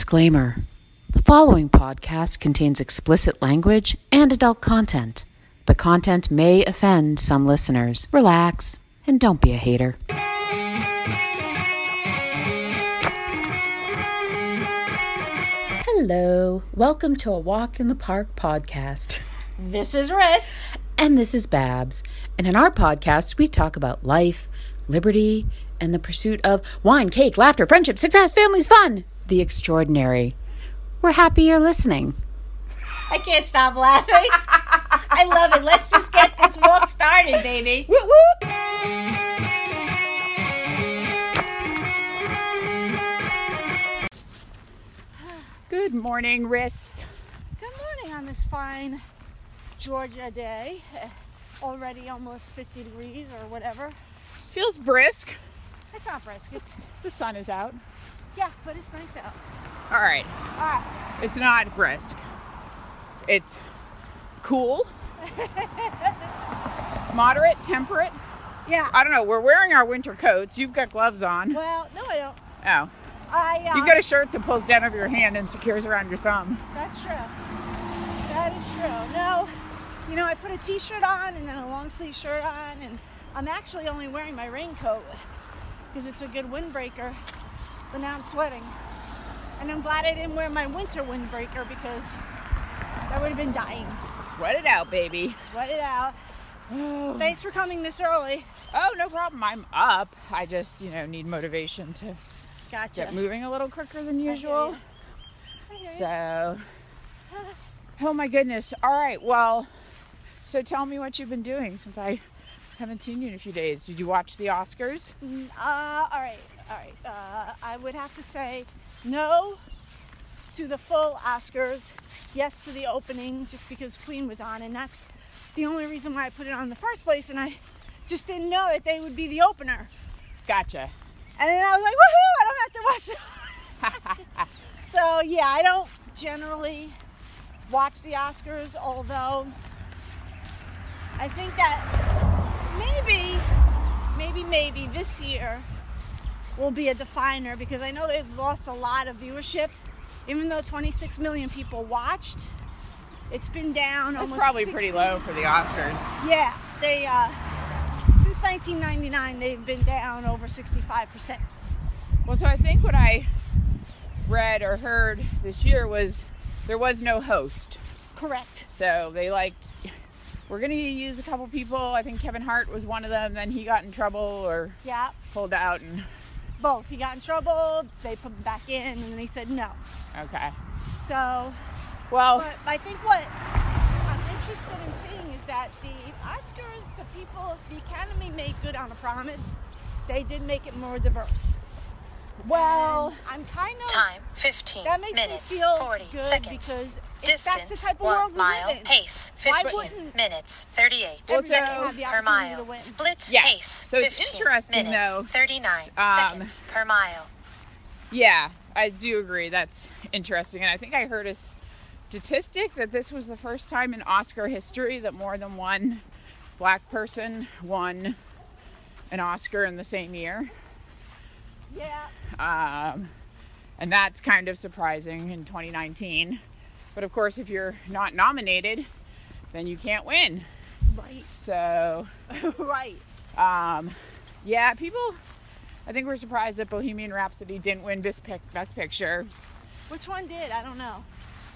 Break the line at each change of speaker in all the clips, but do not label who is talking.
Disclaimer The following podcast contains explicit language and adult content. The content may offend some listeners. Relax and don't be a hater. Hello. Welcome to a Walk in the Park podcast.
This is Riss.
And this is Babs. And in our podcast, we talk about life, liberty, and the pursuit of wine, cake, laughter, friendship, success, families, fun, the extraordinary. We're happy you're listening.
I can't stop laughing. I love it. Let's just get this walk started, baby.
Woo woo! Good morning, Riss.
Good morning on this fine Georgia day. Uh, Already almost 50 degrees or whatever.
Feels brisk.
It's not brisk. It's
The sun is out.
yeah, but it's nice out.
All right.
All right.
It's not brisk. It's cool, moderate, temperate.
Yeah.
I don't know. We're wearing our winter coats. You've got gloves on.
Well, no, I don't.
Oh.
I. Uh,
You've got a shirt that pulls down over your hand and secures around your thumb.
That's true. That is true. No, you know, I put a t-shirt on and then a long sleeve shirt on, and I'm actually only wearing my raincoat because it's a good windbreaker. But now I'm sweating, and I'm glad I didn't wear my winter windbreaker because that would have been dying.
Sweat it out, baby.
Sweat it out. Thanks for coming this early.
Oh, no problem. I'm up. I just, you know, need motivation to
Gotcha.
get moving a little quicker than
I hear
usual.
ya. I hear ya.
So, oh my goodness. All right. Well, so tell me what you've been doing since I haven't seen you in a few days. Did you watch the Oscars?
Mm, Uh, all right, all right. Uh, I would have to say no to the full Oscars, yes to the opening, just because Queen was on, and that's the only reason why I put it on in the first place. And I just didn't know that they would be the opener,
Gotcha.
and then I was like, woohoo! I don't have to watch. The- so yeah, I don't generally watch the Oscars, although I think that maybe, maybe, maybe this year will be a definer because I know they've lost a lot of viewership. Even though 26 million people watched, it's been down
It's
almost.
probably pretty
60
low for the Oscars.
Yeah, they uh, since 1999 they've been down over 65 percent.
Well, so I think what I read or heard this year was there was no host.
Correct.
So they like, we're gonna use a couple people. I think Kevin Hart was one of them. Then he got in trouble or
Yeah.
pulled out, and
both. He got in trouble, they put him back in, and they said no.
okay.
So,
Well,
but I think what I'm interested in seeing is that the Oscars, the people, the Academy made good on a promise. They did make it more diverse.
well,
And I'm kind of
Time 15
That makes me
minutes
feel
40
good
seconds.
because if
Distance
that's the type of
1
world we
mile.
live in,
Pace
why
15
wouldn't
minutes 38
everyone have
seconds
the
per
opportunity to
mile.
win?
Split
Yes.
pace
So it's
15
interesting,
minutes
though,
39
um,
seconds per mile.
yeah, I do agree. That's interesting, and I think I heard a statistic that this was the first time in Oscar history that more than one black person won an Oscar in the same year.
yeah,
Um, and that's kind of surprising in 2019. But of course, if you're not nominated, then you can't win.
right,
So,
right.
um, yeah, people, I think we're surprised that Bohemian Rhapsody didn't win Best, pic- best Picture.
Which one did? I don't know.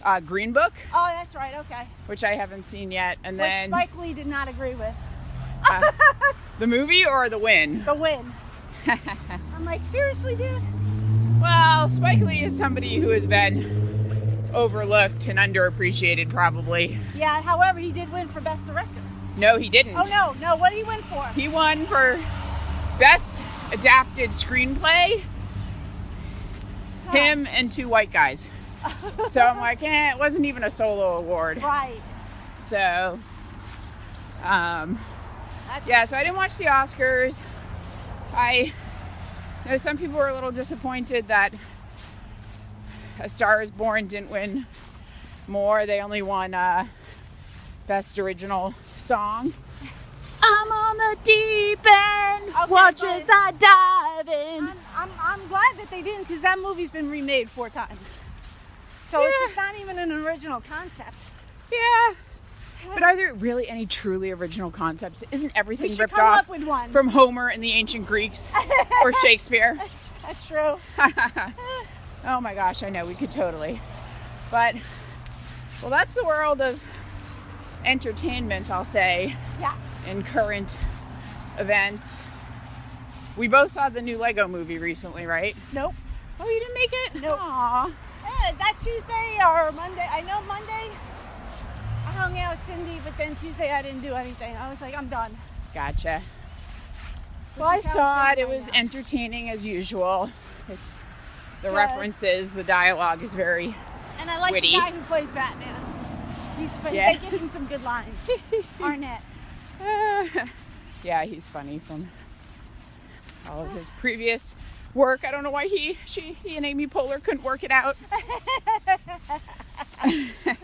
Uh, Green Book,
Oh, that's right. Okay.
which I haven't seen yet. And
Which
then
Spike Lee did not agree with.
the movie or the win?
The win. I'm like, seriously, dude?
Well, Spike Lee is somebody who has been overlooked and underappreciated, probably.
Yeah, however, he did win for Best Director.
No, he didn't.
Oh, no, no, what did he win for?
He won for best adapted screenplay. Him and two white guys. so I'm like, eh, it wasn't even a solo award.
Right.
So, um, yeah. So I didn't watch the Oscars. I know some people were a little disappointed that A Star Is Born didn't win more. They only won uh, Best Original Song. I'm on the deep end.
Okay,
watch
but-
as I dive in.
I'm, I'm, I'm glad that they didn't because that movie's been remade four times. So it's,
Yeah.
it's not even an original concept.
Yeah. But are there really any truly original concepts? Isn't everything
should
ripped
come
off
up with one.
from Homer and the ancient Greeks or Shakespeare?
That's true.
Oh my gosh, I know we could totally. But well, that's the world of entertainment, I'll say,
yes.
in current events. We both saw the new Lego movie recently, right?
Nope.
Oh, you didn't make it?
Nope.
Aw.
Eh, that Tuesday or Monday, I know Monday I hung out with Cindy, but then Tuesday I didn't do anything. I was like, I'm done.
Gotcha. Well, I
is how
saw
I
it.
feel
It
right
was
now.
entertaining as usual. It's the
Good.
references, the dialogue is very
And I like
Witty.
the guy who plays Batman. He's funny.
Yeah.
They give him some good lines. Arnett.
yeah, he's funny from all of his previous work. I don't know why he, she, he and Amy Poehler couldn't work it out. oh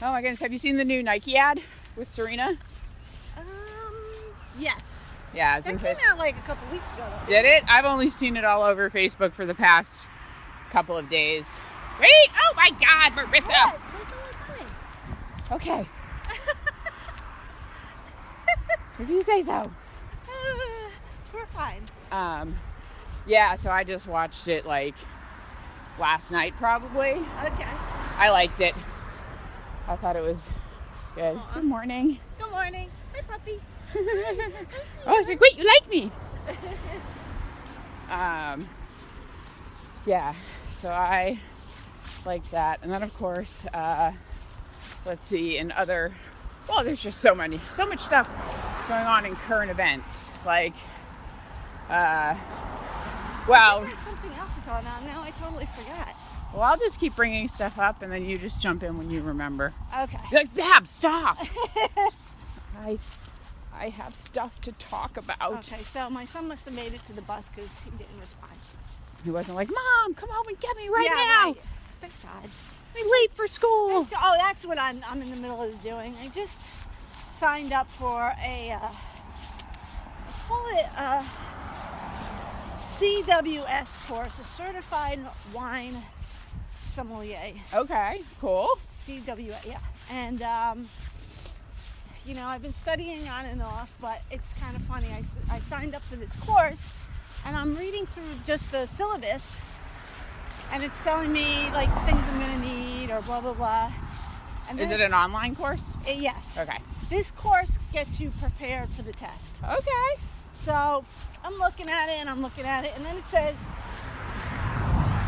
my goodness, have you seen the new Nike ad with Serena?
Um, yes.
Yeah, it's in
That came
Facebook.
out like a couple weeks ago. Though.
Did it? I've only seen it all over Facebook for the past couple of days. Wait! Oh my God, Marissa!
What? Where's all the money?
Okay. if you say so.
Uh, we're fine.
Um, yeah, so I just watched it like last night probably.
Okay.
I liked it. I thought it was good. Good morning.
Good morning. Hi, puppy.
Oh, it's like, wait, you like me. um, yeah, so I liked that. And then, of course, uh, let's see, in other, well, there's just so many, so much stuff going on in current events. Like, uh, well,
There's something else that's going on now. I totally forgot.
well, I'll just keep bringing stuff up and then you just jump in when you remember.
Okay.
You're like, Bab, stop. I, I have stuff to talk about.
Okay, so my son must have made it to the bus because he didn't respond.
He wasn't like, Mom, come home and get me right
yeah,
now.
right. Thank God.
I'm late for school.
So- oh, that's what I'm, I'm in the middle of doing. I just signed up for a, uh, call it uh, a CWS course, a Certified Wine Sommelier.
Okay, cool.
CWA, yeah. And, um, you know, I've been studying on and off, but it's kind of funny. I, s- I signed up for this course and I'm reading through just the syllabus and it's telling me like the things I'm going to need or blah, blah, blah. And
Is
then
it an online course?
it's- eh, yes.
Okay.
This course gets you prepared for the test.
Okay.
So I'm looking at it and I'm looking at it, and then it says,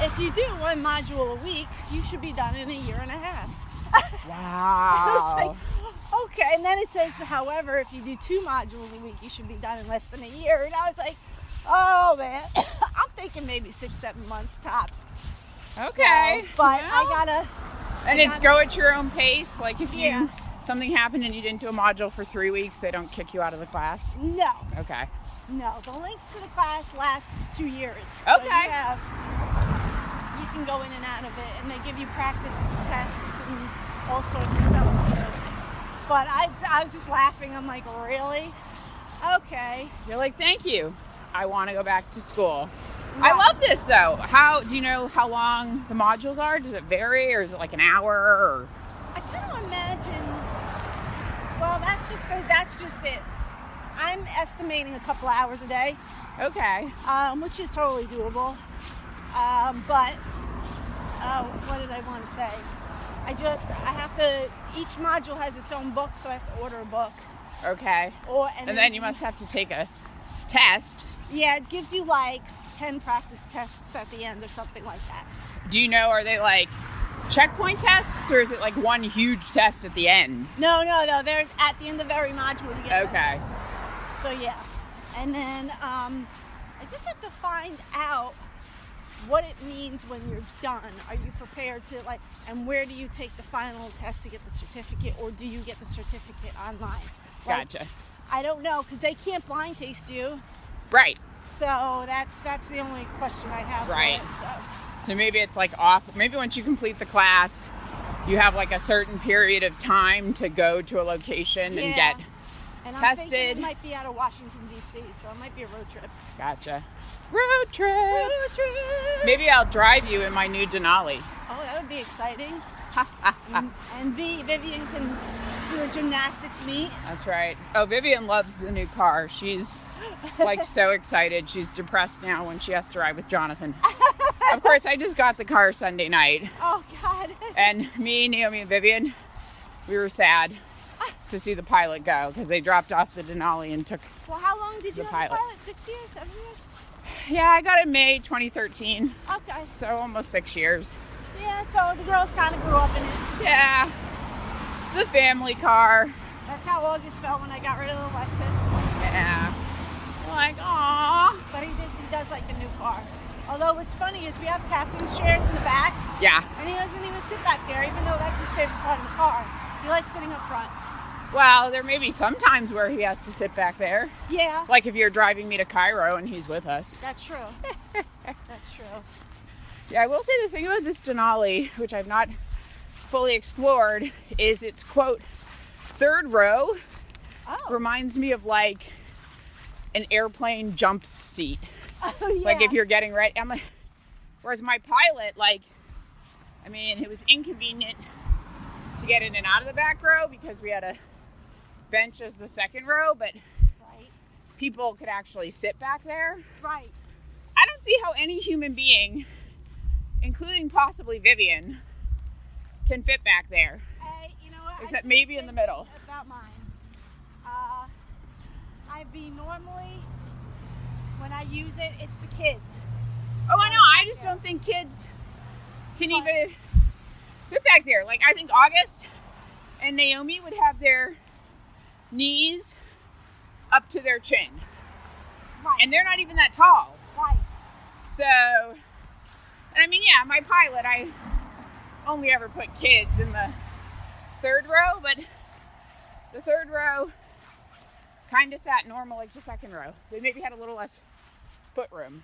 if you do one module a week, you should be done in a year and a half. I was
Wow.
like, "Oh, okay. And then it says, however, if you do two modules a week, you should be done in less than a year. And I was like, oh man, I'm thinking maybe six, seven months tops.
okay.
So, but
Well,
I gotta,
and it's go at your own pace. Like if you
Yeah.
something happened and you didn't do a module for three weeks, they don't kick you out of the class.
no,
Okay.
no. The link to the class lasts two years. So
Okay.
You, have, you can go in and out of it, and they give you practice tests and all sorts of stuff to do. But I, I was just laughing. I'm like, really? Okay.
You're like, thank you. I want to go back to school. I love this though. How do you know how long the modules are? Does it vary, or is it like an hour? Or
I couldn't imagine. Well, that's just that's just it. I'm estimating a couple hours a day,
okay,
um, which is totally doable. Um, but uh, what did I want to say? I just I have to. Each module has its own book, so I have to order a book.
okay.
Or
And then
it-
you must have to take a test.
Yeah, it gives you like ten practice tests at the end or something like that.
Do you know, are they like checkpoint tests or is it like one huge test at the end?
No, no, no. They're at the end of every module. You get those
Okay.
So yeah, and then um, I just have to find out what it means when you're done. Are you prepared to like? And where do you take the final test to get the certificate, or do you get the certificate online? Like,
Gotcha.
I don't know because they can't blind taste you,
Right.
so that's that's the only question I have. for
Right.
it, so
So maybe it's like off, maybe once you complete the class, you have like a certain period of time to go to a location and
Yeah.
get
And I'm
Tested.
thinking it might be out of Washington D.C., so it might be a road trip.
Gotcha. Road trip.
Road trip.
Maybe I'll drive you in my new Denali.
Oh, that would be exciting. and and v, Vivian can do a gymnastics meet.
That's right. Oh, Vivian loves the new car. She's like so excited. She's depressed now when she has to ride with Jonathan. of course, I just got the car Sunday night,
Oh God.
and me, Naomi, and Vivian, we were sad to see the pilot go because they dropped off the Denali and took.
Well, how long did
The
you have
pilot.
a pilot? Six years? Seven years?
Yeah, I got it May 2013,
Okay.
so almost six years.
Yeah. So the girls kind of grew up in it.
Yeah, the family car.
That's how August felt when I got rid of the Lexus.
Yeah, like aw.
But he did. He does like the new car. Although what's funny is we have captain's chairs in the back,
Yeah.
and he doesn't even sit back there, even though that's his favorite part of the car. He likes sitting up front.
Well, there may be some times where he has to sit back there.
Yeah.
Like if you're driving me to Cairo and he's with us.
That's true. that's true.
Yeah, I will say the thing about this Denali, which I've not fully explored, is its quote, third row
Oh.
reminds me of like an airplane jump seat.
yeah.
Like if you're getting ready, I'm like, whereas my pilot, like, I mean, it was inconvenient to get in and out of the back row because we had a bench as the second row, but
Right.
people could actually sit back there.
Right.
I don't see how any human being, including possibly Vivian, can fit back there.
I, you know, what, I
Except
say
maybe in
same
the middle.
thing About mine, uh, I'd be normally when I use it, it's the kids.
Oh, I know. I just don't think kids can even fit back there. Like, I think August and Naomi would have their knees up to their chin,
Right.
and they're not even that tall.
right.
So, and I mean, yeah, my pilot, I only ever put kids in the third row, but the third row kind of sat normal like the second row. They maybe had a little less foot room.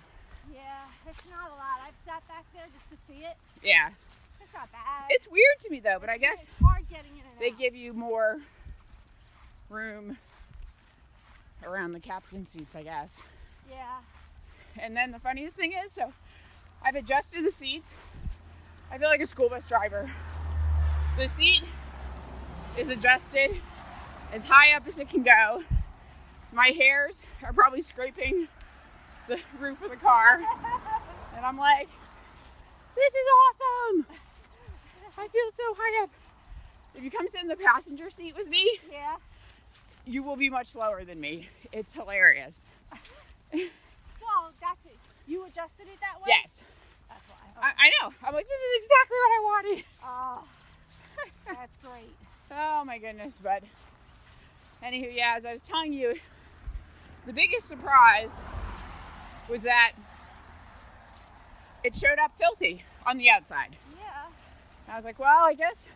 Yeah, it's not a lot. I've sat back there just to see it.
Yeah.
It's not bad.
It's weird to me though, but I guess
it's hard getting in and
they
out.
give you more room around the captain seats, I guess.
yeah.
And then the funniest thing is, so I've adjusted the seat. I feel like a school bus driver. The seat is adjusted as high up as it can go. My hairs are probably scraping the roof of the car. And I'm like, this is awesome. I feel so high up. If you come sit in the passenger seat with me,
Yeah.
you will be much lower than me. It's hilarious.
Well, that's it. You adjusted it that way.
Yes,
That's why.
I, I know. I'm like, this is exactly what I wanted.
Oh, that's great.
Oh my goodness, but anywho, yeah, as I was telling you, the biggest surprise was that it showed up filthy on the outside.
Yeah.
I was like, well, I guess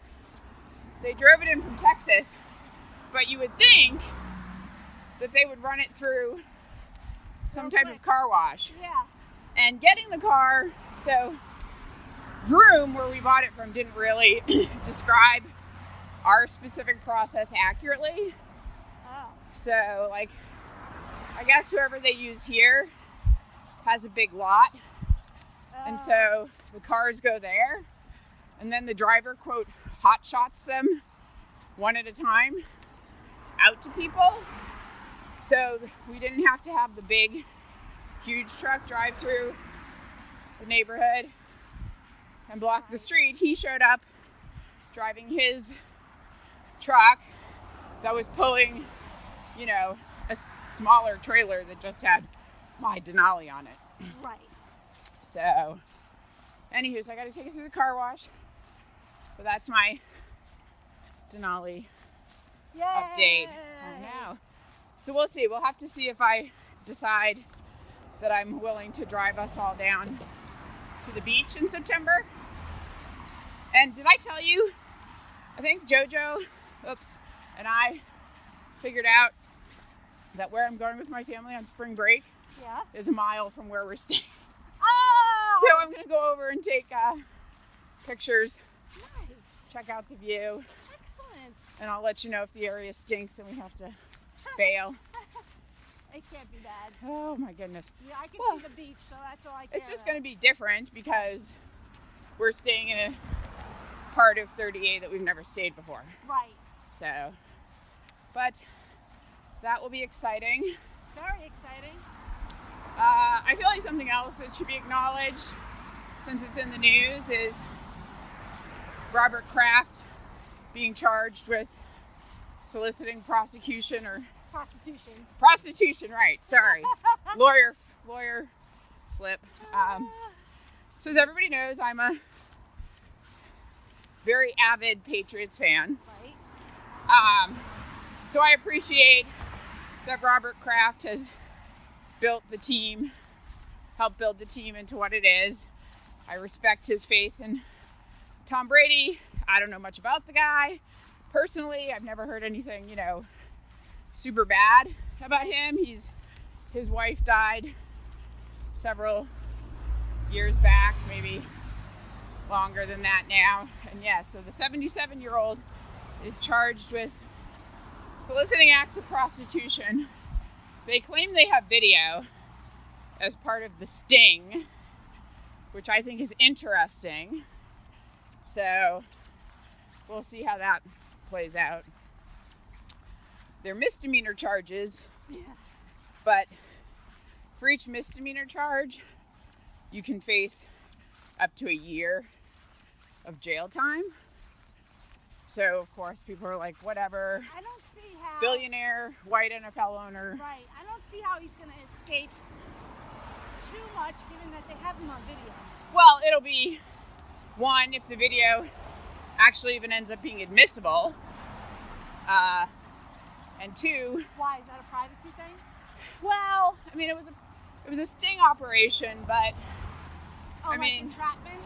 they drove it in from Texas, but you would think that they would run it through some
Real
type
quick.
of car wash.
Yeah.
And getting the car, so Vroom, where we bought it from, didn't really describe our specific process accurately.
Oh.
So, like, I guess whoever they use here has a big lot, and
Oh.
so the cars go there, and then the driver, quote, hot shots them one at a time out to people. So we didn't have to have the big, huge truck drive through the neighborhood and block the street. He showed up driving his truck that was pulling, you know, a s- smaller trailer that just had my Denali on it.
Right.
So, anywho, so I got to take it through the car wash. But that's my Denali
Yeah.
update. I know. So we'll see. We'll have to see if I decide that I'm willing to drive us all down to the beach in September. And did I tell you? I think JoJo, oops, and I figured out that where I'm going with my family on spring break
Yeah.
is a mile from where we're staying.
Oh.
So I'm gonna go over and take uh, pictures,
Nice.
check out the view,
Excellent.
and I'll let you know if the area stinks and we have to fail.
It can't be bad.
Oh my goodness.
Yeah, I can
Well,
see the beach, so that's all I care
It's just
about.
going to be different because we're staying in a part of 38 that we've never stayed before.
Right.
So, but that will be exciting.
Very exciting.
Uh, I feel like something else that should be acknowledged since it's in the news is Robert Kraft being charged with soliciting prosecution or
Prostitution.
prostitution, right? Sorry, lawyer, lawyer slip. Um, so as everybody knows, I'm a very avid Patriots fan.
Right.
Um, so I appreciate that Robert Kraft has built the team, helped build the team into what it is. I respect his faith in Tom Brady. I don't know much about the guy. Personally, I've never heard anything, you know, super bad about him. He's his wife died several years back, maybe longer than that now. And yeah, so the 77 year old is charged with soliciting acts of prostitution. They claim they have video as part of the sting, which I think is interesting. So we'll see how that plays out. They're misdemeanor charges, but for each misdemeanor charge, you can face up to a year of jail time. So, of course, people are like, whatever,
I don't see how.
billionaire, white NFL owner.
Right. I don't see how he's going to escape too much, given that they have him on video.
Well, it'll be one if the video actually even ends up being admissible, uh, and two,
Why? Is that a privacy thing?
well, I mean, it was a it was a sting operation, but
Oh,
I
like
mean-
entrapment?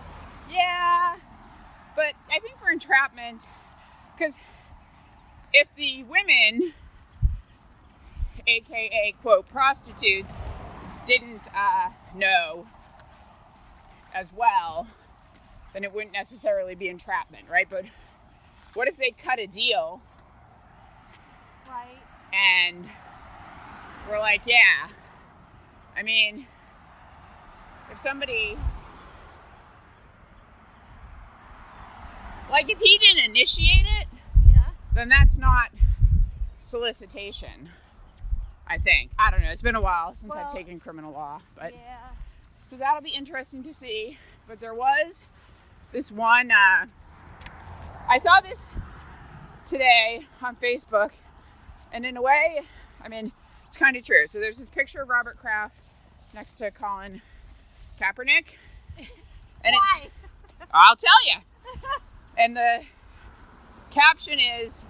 yeah, but I think for entrapment, because if the women, aka quote prostitutes, didn't uh, know as well, then it wouldn't necessarily be entrapment, right? But what if they cut a deal
Right.
and we're like, yeah. I mean, if somebody, like, if he didn't initiate it,
Yeah.
then that's not solicitation. I think. I don't know. It's been a while since I've
Well,
taken criminal law, but
yeah.
so that'll be interesting to see. But there was this one. Uh, I saw this today on Facebook, and in a way, I mean, it's kind of true. So there's this picture of Robert Kraft next to Colin Kaepernick, and it's.
Why?
I'll tell you. And the caption is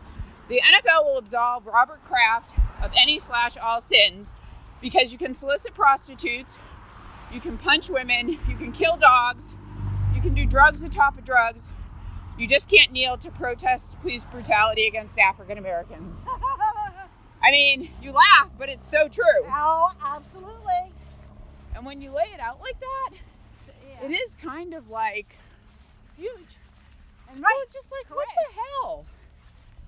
The NFL will absolve Robert Kraft of any slash all sins because you can solicit prostitutes, you can punch women, you can kill dogs, you can do drugs atop of drugs. You just can't kneel to protest police brutality against African Americans. I mean, you laugh, but it's so true.
oh, absolutely.
And when you lay it out like that,
Yeah.
it is kind of like
huge. And
Well,
right.
it's just like what
Correct.
the hell,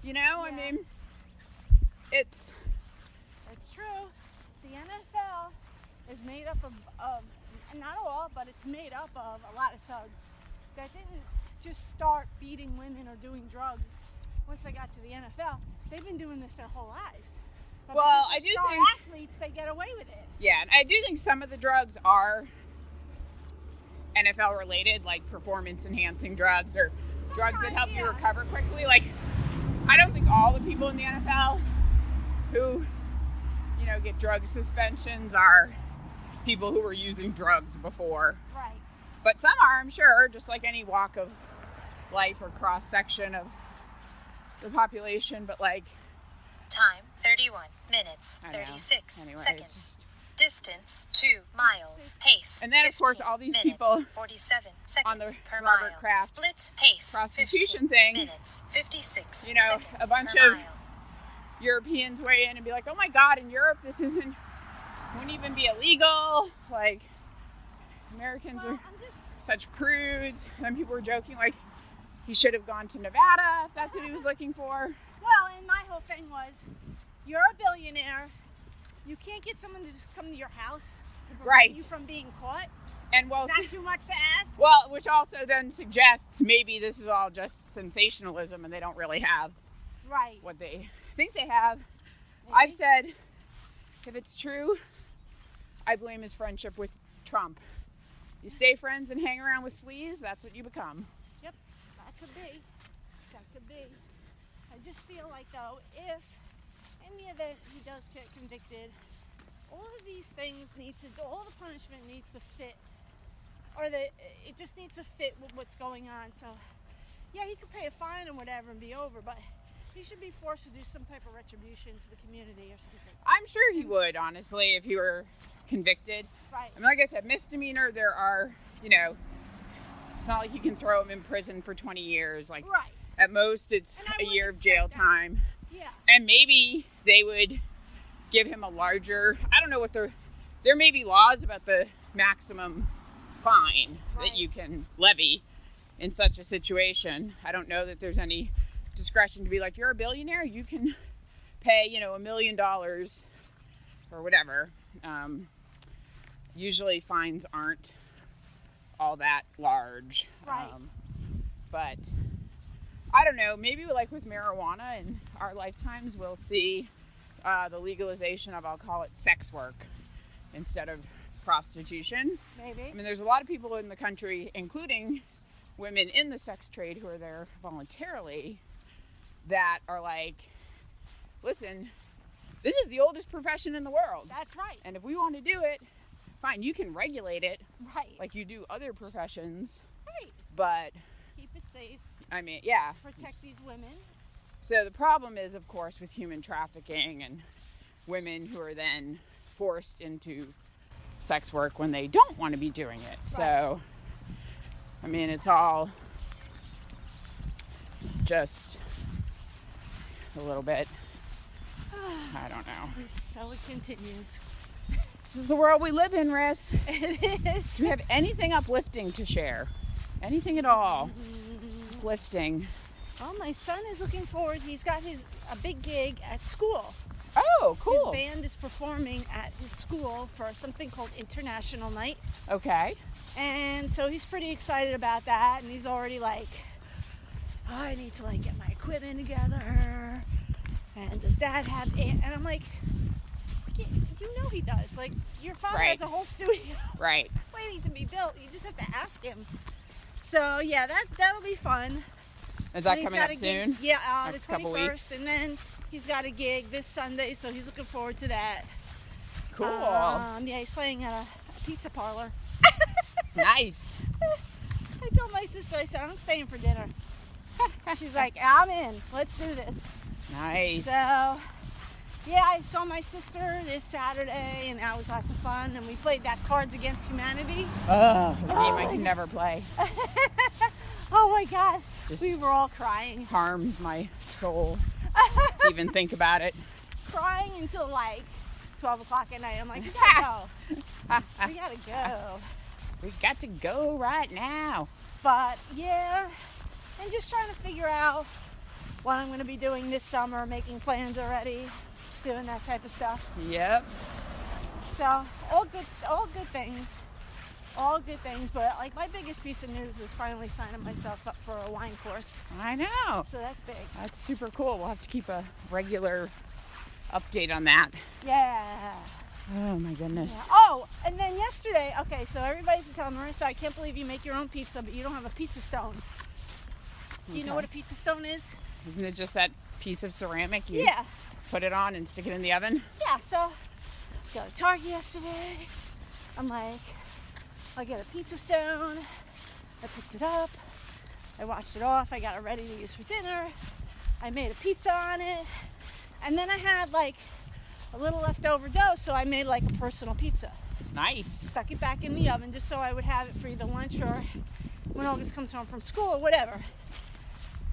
you know? I
Yeah.
mean, it's
It's true. The NFL is made up of, of not all, but it's made up of a lot of thugs that didn't just start beating women or doing drugs once they got to the NFL. They've been doing this their whole lives. But
Well,
because
I
they're
do
star
think-
athletes they get away with it.
yeah, and I do think some of the drugs are NFL related, like performance enhancing drugs or drugs that
Sometimes,
help you
yeah.
recover quickly. Like, I don't think all the people in the NFL who you know get drug suspensions are people who were using drugs before
Right.
But some are, I'm sure, just like any walk of life or cross section of the population. But like,
Time 31 minutes
I know.
36
Anyway, it's
seconds.
just-
Distance 2 miles. Pace.
And then, of course,
15
all these
minutes,
people
47 seconds
on the
per
Robert
mile.
Kraft
Split pace.
prostitution
15
thing,
Minutes 56.
you know, a
seconds
bunch
per
of-
mile.
Europeans weigh in and be like, "Oh my God, in Europe this isn't wouldn't even be illegal." Like, Americans
Well,
are
I'm just
such prudes. And people were joking like, he should have gone to Nevada if that's what he was looking for.
Well, and my whole thing was,
you're a billionaire. You can't get someone to just come to your house to prevent
Right.
you from being caught.
And well,
Is that too much to ask?
well, which also then suggests maybe this is all just sensationalism, and they don't really have
Right.
what they think they have. I've said, if it's true, I blame his friendship with Trump. You stay friends and hang around with sleaze, that's what you become.
Yep, that could be. That could be. I just feel like though, if in the event he does get convicted, all of these things need to, all the punishment needs to fit, or the it just needs to fit with what's going on. So, yeah, he could pay a fine and whatever and be over, but he should be forced to do some type of retribution to the community or something.
I'm sure he would, honestly, if he were convicted.
Right.
I mean, like I said, misdemeanor, there are, you know, it's not like you can throw him in prison for 20 years. Like,
Right.
at most, it's
And I
a
wouldn't
year of
expect
jail
that.
time.
Yeah.
and maybe they would give him a larger i don't know what the there may be laws about the maximum fine
Right.
that you can levy in such a situation i don't know that there's any discretion to be like you're a billionaire you can pay you know a million dollars or whatever um, usually fines aren't all that large Um,
Right.
but I don't know. Maybe like with marijuana in our lifetimes, we'll see uh, the legalization of I'll call it sex work instead of prostitution. I
Maybe.
mean, there's a lot of people in the country, including women in the sex trade, who are there voluntarily, that are like, listen, this is the oldest profession in the world,
That's right.
and if we want to do it, fine, you can regulate it
Right.
like you do other professions,
right.
but
Keep it safe.
I mean, yeah,
Protect these women.
So the problem is, of course, with human trafficking and women who are then forced into sex work when they don't want to be doing it. So, I mean, it's all just a little bit. I don't know.
And so it continues.
This is the world we live in, Riss.
It is.
Do you have anything uplifting to share? Anything at all? Uplifting.
Well, Oh, my son is looking forward. He's got his a big gig at school.
Oh, cool.
His band is performing at his school for something called International Night,
Okay.
and so he's pretty excited about that. And he's already like, "Oh, I need to like get my equipment together. And does Dad have it? And I'm like, "Y- you know he does. Like your father
Right.
has a whole studio
Right.
waiting to be built. You just have to ask him. So yeah, that that'll be fun.
Is that
And he's
coming
got
up
a gig-
soon?
yeah, uh, the
Next couple
21st.
weeks?
And then he's got a gig this Sunday, so he's looking forward to that.
Cool.
Um, yeah, he's playing at a, a pizza parlor.
nice.
I told my sister, I said, I'm staying for dinner. She's like, I'm in. Let's do this.
Nice.
So, yeah, I saw my sister this Saturday, and that was lots of fun. And we played that Cards Against Humanity.
Ugh, a game I can never play.
Oh my God,
Just-
we were all crying,
Harms my soul to even think about it.
crying until like 12 o'clock at night. I'm like, we gotta go. we gotta go.
We got to go right now.
But yeah, and just trying to figure out what I'm going to be doing this summer, making plans already, doing that type of stuff.
Yep.
So all good, all good things, all good things. But like my biggest piece of news was finally signing myself up for a wine course.
I know.
So that's big.
That's super cool. We'll have to keep a regular update on that.
Yeah.
Oh my goodness.
Oh, and then yesterday, okay, so everybody's been telling Marissa, I can't believe you make your own pizza, but you don't have a pizza stone. Do you know
Okay.
what a pizza stone is?
Isn't it just that piece of ceramic you
Yeah.
put it on and stick it in the oven?
yeah, so go to Target yesterday. I'm like, I'll get a pizza stone. I picked it up. I washed it off. I got it ready to use for dinner. I made a pizza on it. And then I had like a little leftover dough, so I made like a personal pizza.
Nice.
Stuck it back in the oven just so I would have it for either lunch or when August comes home from school or whatever.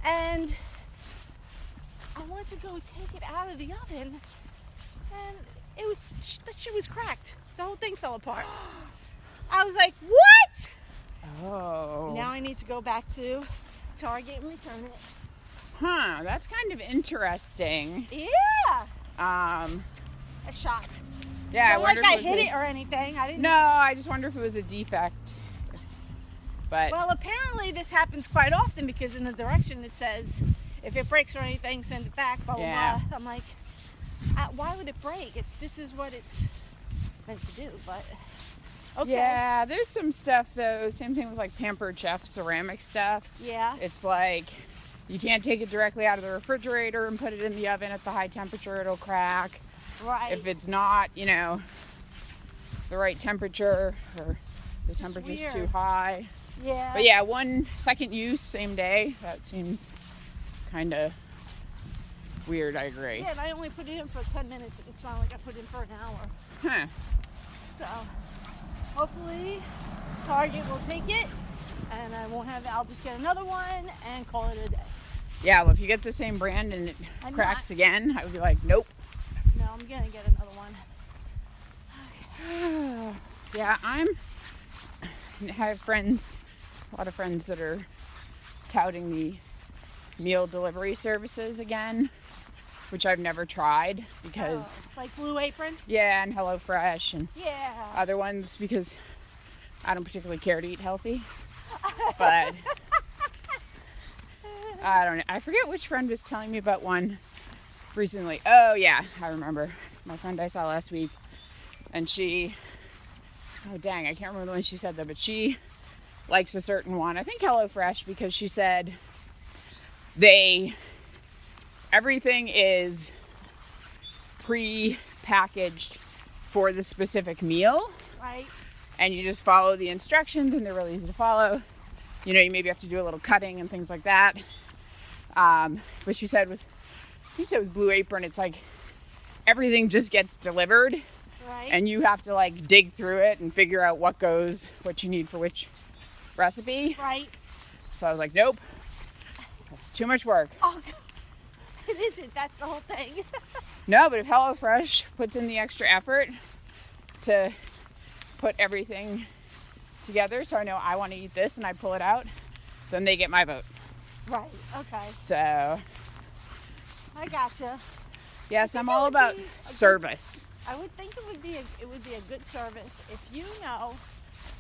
And I went to go take it out of the oven, and it was sh- that shit was cracked. The whole thing fell apart. I was like, "What?"
Oh.
Now I need to go back to Target and return it.
Huh. That's kind of interesting.
Yeah,
Um,
A shot.
yeah,
Not
wondered
like I
if was
hit
a-
it or anything. I didn't.
No, I just wonder if it was a defect. But
Well, apparently this happens quite often because in the direction it says, if it breaks or anything, send it back. Blah blah.
Yeah.
blah. I'm like, uh, why would it break? It's this is what it's meant to do. But okay.
yeah, there's some stuff though. Same thing with like Pampered Chef ceramic stuff.
Yeah.
It's like you can't take it directly out of the refrigerator and put it in the oven at the high temperature, it'll crack.
right.
If it's not, you know, the right temperature or the temperature's too
weird.
high.
yeah.
But yeah, one second use, same day. That seems kind of weird, I agree.
Yeah, and I only put it in for 10 minutes. It's not like I put it in for an hour.
Huh.
So hopefully Target will take it and I won't have I'll just get another one and call it a day.
Yeah, well, if you get the same brand and it
I'm
cracks again, I would be like, nope.
No, I'm gonna get another one.
Yeah, I'm. I have friends, a lot of friends that are touting the meal delivery services again, which I've never tried because,
Oh, like Blue Apron?
yeah, and HelloFresh and
Yeah.
other ones because I don't particularly care to eat healthy. But I don't know. I forget which friend was telling me about one recently. Oh, yeah, I remember. My friend I saw last week, and she, oh, dang, I can't remember when she said that, but she likes a certain one. I think HelloFresh because she said they, everything is pre packaged for the specific meal
Right.
and you just follow the instructions and they're really easy to follow. You know, you maybe have to do a little cutting and things like that. Um, but she said with, I think she said with Blue Apron, it's like everything just gets delivered
Right.
and you have to like dig through it and figure out what goes, what you need for which recipe.
right.
So I was like, nope, that's too much work.
Oh God. it isn't, that's the whole thing.
No, but if HelloFresh puts in the extra effort to put everything together, so I know I want to eat this and I pull it out, then they get my vote.
right, okay.
So,
I gotcha.
yes, I'm
that
all
would
about
be a good-
service.
I would think it would be a, it would be a good service if you know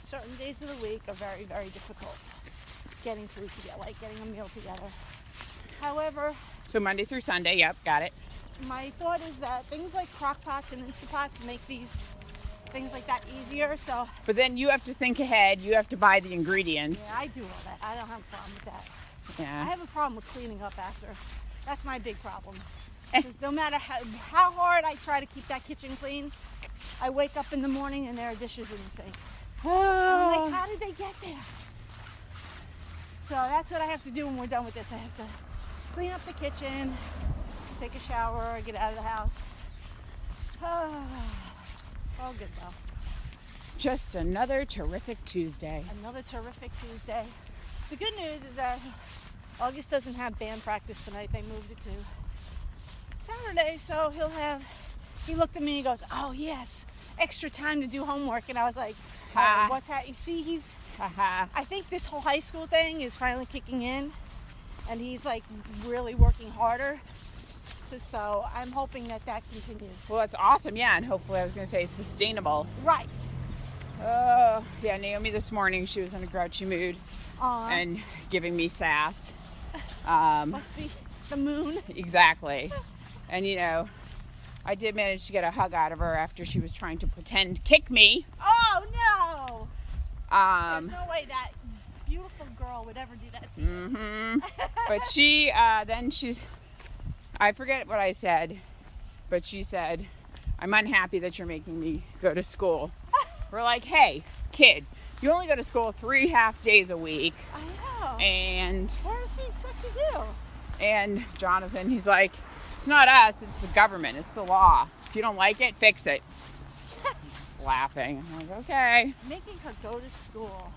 certain days of the week are very very difficult getting food together, like getting a meal together. However,
So, Monday through Sunday, yep, got it.
my thought is that things like crock pots and instapots make these things like that easier. So
But then you have to think ahead, you have to buy the ingredients.
yeah, I do all that. I don't have a problem with that. I
Yeah.
have a problem with cleaning up after. That's my big problem. Because no matter how, how hard I try to keep that kitchen clean, I wake up in the morning and there are dishes in the sink. I'm like,
Oh,
how did they get there? So that's what I have to do when we're done with this. I have to clean up the kitchen, take a shower, get out of the house. all good though.
just another terrific Tuesday.
Another terrific Tuesday. The good news is that August doesn't have band practice tonight. They moved it to Saturday, so he'll have. He looked at me and he goes, "Oh yes, extra time to do homework." And I was like, "Uh,
Ha.
"What's happening?" See, he's
Haha.
I think this whole high school thing is finally kicking in, and he's like really working harder. So, so I'm hoping that that continues.
well, that's awesome. Yeah, and hopefully, I was going to say sustainable.
Right.
Oh, yeah, Naomi this morning, she was in a grouchy mood
Um,
and giving me sass. Um,
must be the moon.
exactly. And you know, I did manage to get a hug out of her after she was trying to pretend kick me.
Oh no!
Um,
There's no way that beautiful girl would ever do that. To you.
mhm. But she, uh, then she's, I forget what I said, but she said, I'm unhappy that you're making me go to school. We're like, hey, kid, you only go to school three half days a week.
I know.
And
What does she expect to do?
and Jonathan, he's like, it's not us, it's the government, it's the law. If you don't like it, fix it. He's laughing. I'm like, okay.
Making her go to school.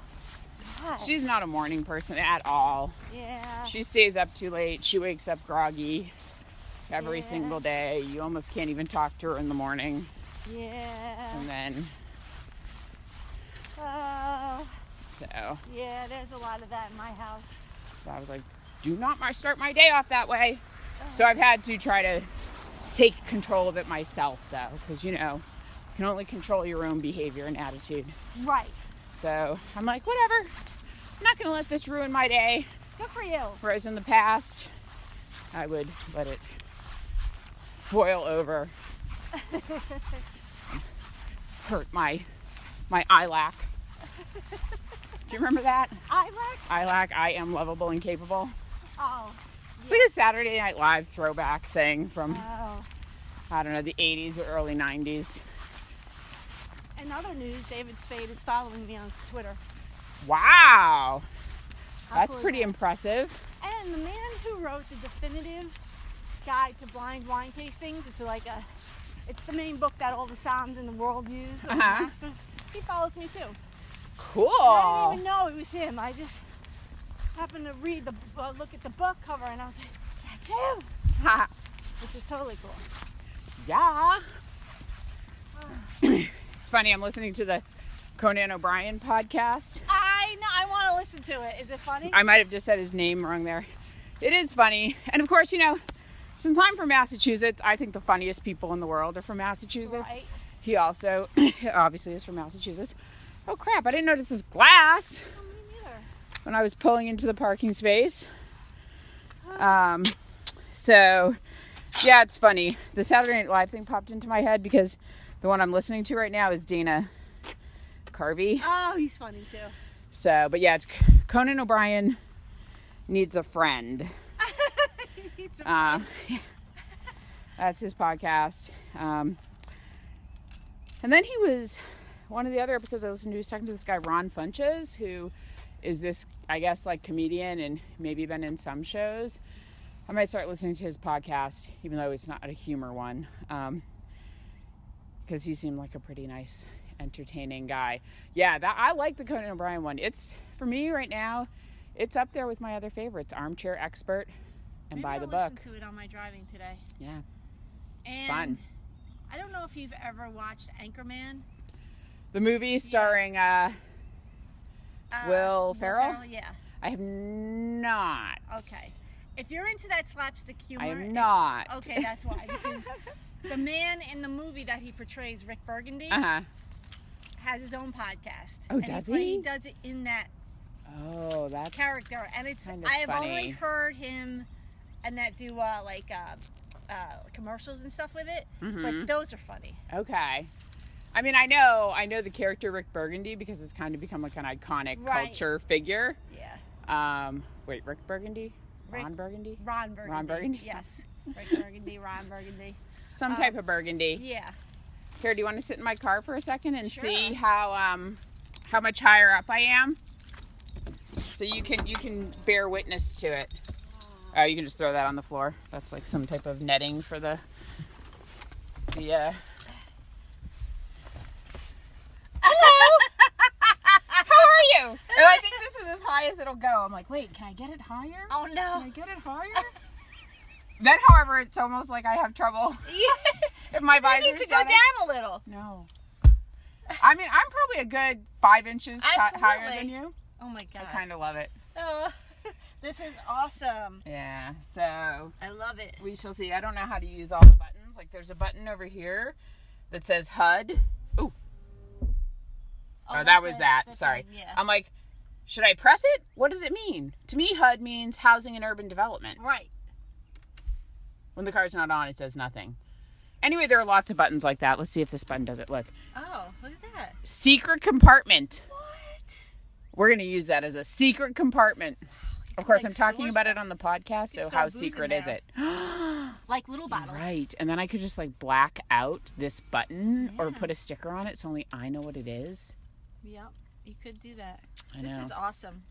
God.
She's not a morning person at all.
yeah.
She stays up too late. She wakes up groggy every
Yeah.
single day. You almost can't even talk to her in the morning.
yeah.
And then,
Oh,
so I
yeah. There's a lot of that in my house.
was like, do not my- start my day off that way. So I've had to try to take control of it myself though, because you know, you can only control your own behavior and attitude.
Right.
So I'm like, whatever. I'm not gonna let this ruin my day.
Good for you.
Whereas in the past, I would let it boil over, hurt my my ILAC. Do you remember that?
I like.
ILAC, I am lovable and capable.
Oh.
It's like a Saturday Night Live throwback thing from
Oh.
I don't know the 80s or early 90s.
In other news, David Spade is following me on Twitter.
Wow,
How
that's
cool is
pretty
that?
impressive.
And the man who wrote the definitive guide to blind wine tastings, it's like a, it's the main book that all the Psalms in the world use, or the
Uh-huh.
masters. He follows me too. I didn't
Cool.
even know it was him. I just happened to read the, uh, look at the book cover, and I was like, that's him, which is totally cool.
Yeah. it's funny, I'm listening to the Conan O'Brien podcast.
I know. I want to listen to it. Is it funny?
I might have just said his name wrong there. It is funny. And of course, you know, since I'm from Massachusetts, I think the funniest people in the world are from Massachusetts.
Right.
He also obviously is from Massachusetts. Oh crap, I didn't notice his glass
Oh, me neither.
when I was pulling into the parking space. Um, so, yeah, it's funny. The Saturday Night Live thing popped into my head because the one I'm listening to right now is Dana Carvey.
Oh, he's funny too.
So, but yeah, it's Conan O'Brien needs a friend.
He's a-
Uh, that's his podcast. Um, and then he was one of the other episodes I listened to. He was talking to this guy Ron Funches, who is this, I guess, like comedian and maybe been in some shows. I might start listening to his podcast, even though it's not a humor one, because he seemed like a pretty nice, entertaining guy. Yeah, that I like the Conan O'Brien one. It's for me right now. It's up there with my other favorites: Armchair Expert and
Maybe
Buy
I'll
the
listen
Book.
to it on my driving today.
Yeah.
And
fun.
I don't know if you've ever watched Anchorman.
The movie starring uh
Uh,
Will Ferrell?
Yeah.
I have not.
Okay. If you're into that slapstick humor,
I am
it's-
not.
Okay, that's why. Because the man in the movie that he portrays, Rick Burgundy,
Uh-huh.
has his own podcast.
Oh,
and
does
but
he?
He does it in that
Oh, that's
character, and it's
Kinda
I have
funny.
only heard him and that do uh, like uh, uh, commercials and stuff with it,
Mm-hmm.
but those are funny.
okay. I mean, I know, I know the character Rick Burgundy because it's kind of become like an iconic
Right.
culture figure.
Yeah,
Um, wait, Rick Burgundy,
Rick-
Ron Burgundy,
Ron Burgundy.
Burgundy?
Yes, Rick Burgundy, Ron Burgundy.
some
uh,
type of Burgundy.
Yeah,
Here, do you want to sit in my car for a second and see
Sure.
how um how much higher up I am? So you can you can bear witness to it. Oh, you can just throw that on the floor. That's like some type of netting for the the uh Hello! How are you? And Oh, I think this is as high as it'll go. I'm like, wait, can I get it higher?
Oh
Can I
no!
get it higher? then however, it's almost like I have trouble if my
I
visor
need to
is
go
on it.
down a little.
No. I mean, I'm probably a good five inches hi- higher than
Absolutely.
you.
Oh my
I
god!
kind of love it.
Oh, this is awesome.
Yeah. So
I love it.
we shall see. I don't know how to use all the buttons. Like, there's a button over here that says HUD. Ooh. Oh,
Oh,
that was
the-
that.
the
Sorry.
thing, yeah.
I'm like, should I press it? What does it mean? To me, HUD means housing and urban development.
Right.
When the car's not on, it does nothing. Anyway, there are lots of buttons like that. Let's see if this button does it. Look.
Oh, look at that.
Secret compartment.
What?
We're gonna use that as a secret compartment. Of course,
Like
I'm talking
store
about it
stuff.
on the podcast, so
store
how
booze in
secret is
there.
it?
Like little bottles.
Right, and then I could just like black out this button or put a sticker on it, so only I know what it is.
Yep. You could do that.
I
this
know.
is awesome.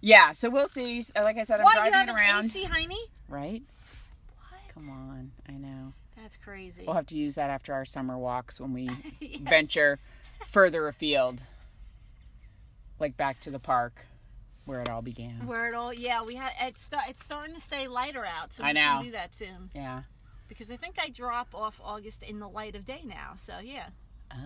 Yeah, so we'll see. So, Like I said, I'm
what? You have
driving it
an
around.
AC, Heine?
Right?
What?
Come on, I know.
That's crazy.
We'll have to use that after our summer walks when we
Yes.
venture further afield, like back to the park where it all began.
Where it all, yeah, we had it's sta- it's starting to stay lighter out, so we
I know.
can do that soon.
Yeah.
Because I think I drop off August in the light of day now, so yeah,
Oh,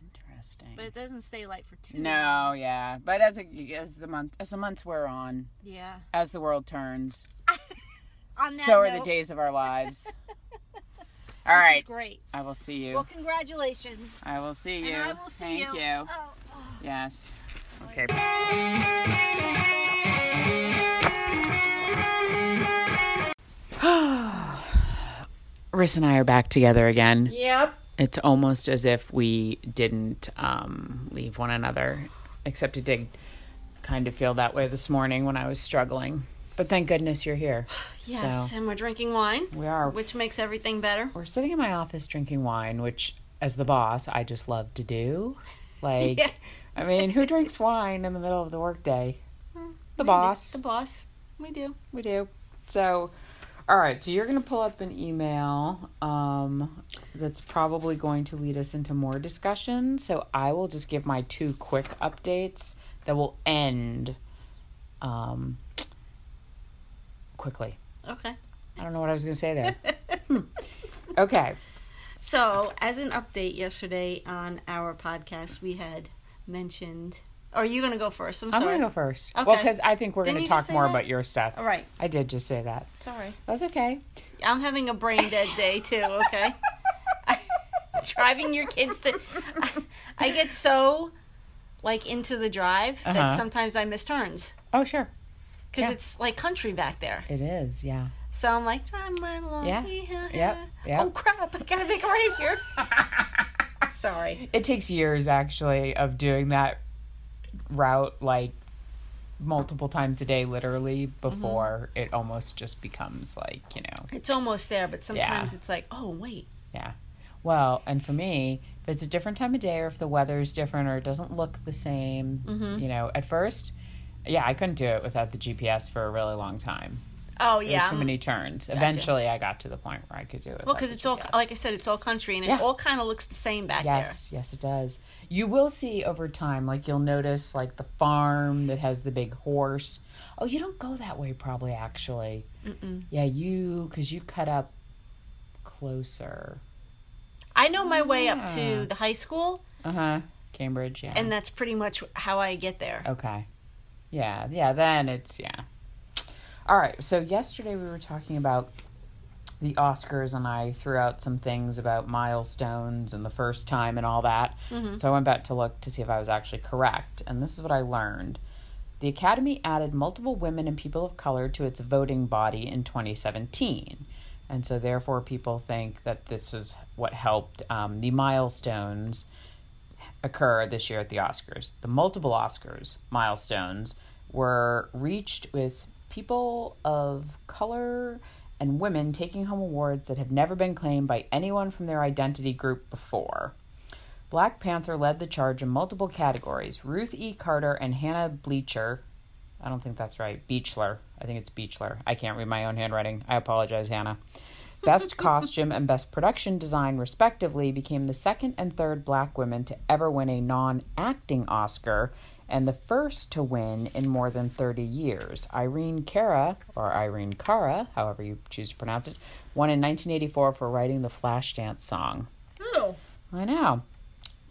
interesting.
but it doesn't stay light for too. long.
No, yeah, but as it, as the month as the months wear on,
Yeah.
as the world turns,
On that
so are the
note-
days of our lives.
All
this
right.
is great.
I will see you.
Well, congratulations.
I will see you.
And I will see
Thank you.
Oh, oh.
Yes. Okay.
Riss and I are back together again.
Yep.
It's almost as if we didn't um, leave one another, except it did kind of feel that way this morning when I was struggling. But thank goodness you're here.
Yes,
So
and we're drinking wine,
we are.
which makes everything better.
We're sitting in my office drinking wine, which, as the boss, I just love to do. Like,
Yeah.
I mean, who drinks wine in the middle of the workday? The boss.
The boss. We do.
We do. So, all right. So you're going to pull up an email um, that's probably going to lead us into more discussion. So I will just give my two quick updates that will end um, quickly.
Okay.
I don't know what I was going to say there. Hmm. Okay.
So, as an update yesterday on our podcast, we had mentioned. Are you going to go first? I'm
I'm
sorry.
going to go first. Well,
Okay.
because I think we're
Didn't
going to
you just
talk
say
more
that?
about your stuff.
All right.
I did just say that.
Sorry.
That's okay.
I'm having a brain dead day too, okay? Driving your kids to. I get so like into the drive that
Uh-huh.
sometimes I miss turns
Oh, sure.
because
Yeah.
it's like country back there.
It is. Yeah.
So I'm like, I'm right along.
Yeah.
Yeah.
Yep. Yep.
Oh crap! I gotta make a right here. Sorry.
it takes years actually of doing that route like multiple times a day literally
Mm-hmm.
before it almost just becomes like you know
It's almost there, but sometimes
Yeah.
it's like, oh wait.
yeah well and for me if it's a different time of day or if the weather is different or it doesn't look the same
Mm-hmm.
you know at first yeah i couldn't do it without the gps for a really long time
Oh
There were
yeah.
too
I'm-
many turns eventually i got to the point where i could do it
well,
without
because
the
it's all
GPS.
like I said, it's all country, and it
Yeah.
all kind of looks the same back
Yes, yes, it does. You will see over time, like you'll notice, like the farm that has the big horse. Oh, you don't go that way, probably. Actually, Mm-mm. yeah, you because you cut up
there.
closer.
I know my way up to the high school,
Uh huh. Cambridge, yeah.
Uh-huh. and that's pretty much how I get there.
okay, yeah, yeah. Then it's yeah. All right. So yesterday we were talking about the Oscars, and I threw out some things about milestones and the first time and all that. So I went back to look to see if I was actually correct, and this is what I learned. The Academy added multiple women and people of color to its voting body in 2017. And so, therefore, people think that this is what helped um, the milestones occur this year at the Oscars. The multiple Oscars milestones were reached with people of color and women taking home awards that have never been claimed by anyone from their identity group before. Black Panther led the charge in multiple categories. Ruth E. Carter and Hannah Bleacher. I don't think that's right. Beechler. I think it's Beechler. I can't read my own handwriting. I apologize, Hannah. Best costume and best production design, respectively, became the second and third black women to ever win a non acting Oscar and the first to win in more than 30 years. Irene Cara, or Irene Cara, however you choose to pronounce it, won in 1984 for writing the Flashdance song. I know.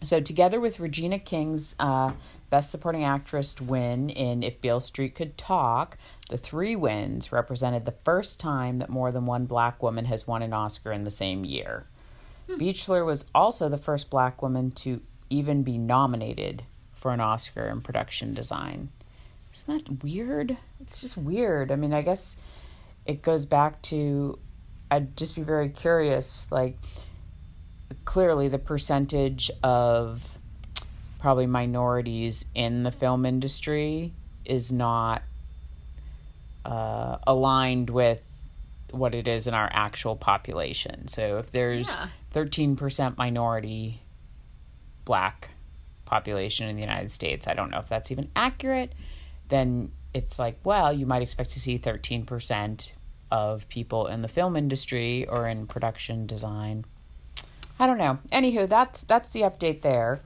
So together with Regina King's uh, Best Supporting Actress win in If Beale Street Could Talk, the three wins represented the first time that more than one black woman has won an Oscar in the same year. Beechler was also the first black woman to even be nominated for an Oscar in production design. Isn't that weird? It's just weird. I mean, I guess it goes back to I'd just be very curious, like clearly the percentage of probably minorities in the film industry is not uh, aligned with what it is in our actual population. So if there's
Yeah.
13% minority black population in the United States, I don't know if that's even accurate, then it's like, well, you might expect to see 13% of people in the film industry or in production design. I don't know. Anywho, that's that's the update there.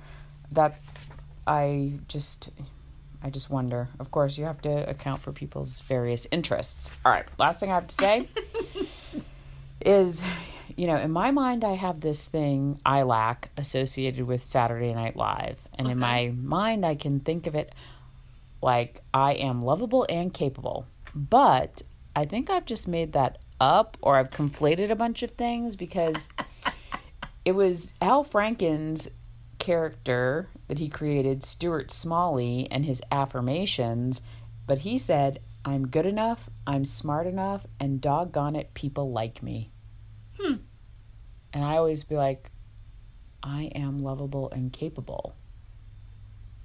That I just I just wonder. Of course, you have to account for people's various interests. All right. Last thing I have to say is, you know, in my mind, I have this thing I lack associated with Saturday Night Live, and in my mind, I can think of it like I am lovable and capable. But I think I've just made that up or I've conflated a bunch of things because it was Al Franken's character that he created, Stuart Smalley, and his affirmations. But he said, I'm good enough, I'm smart enough, and doggone it, people like me. Hmm. And I always be like, I am lovable and capable,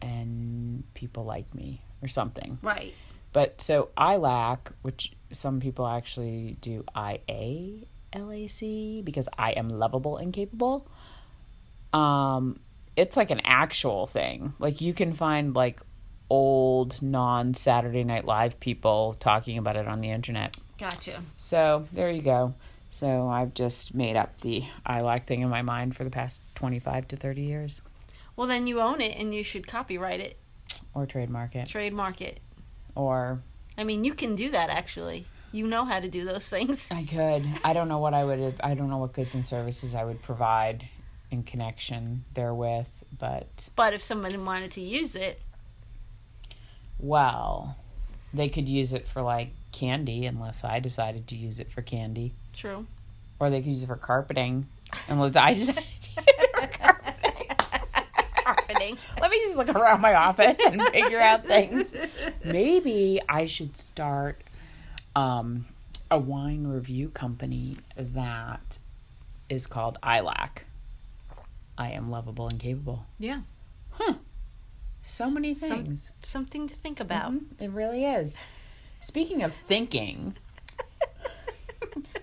and people like me, or something.
Right.
But so I lack, which some people actually do I A L A C because I am lovable and capable. Um, it's like an actual thing. Like you can find like old non Saturday Night Live people talking about it on the internet.
Gotcha.
So there you go. So I've just made up the I lack thing in my mind for the past twenty five to thirty years.
Well, then you own it and you should copyright it,
Or trademark it.
trademark it.
Or
I mean, you can do that actually. You know how to do those things.
I could. I don't know what I would. I don't know what goods and services I would provide in connection therewith. But
But if somebody wanted to use it,
well, they could use it for like candy, unless I decided to use it for candy,
true.
or they could use it for carpeting, unless I decided to use it for carpeting.
Carpeting.
Let me just look around my office and figure out things. Maybe I should start um, a wine review company that is called ILAC. I am lovable and capable.
Yeah.
So many
Some-
things. Mm-hmm.
Something to think about.
It really is. Speaking of thinking,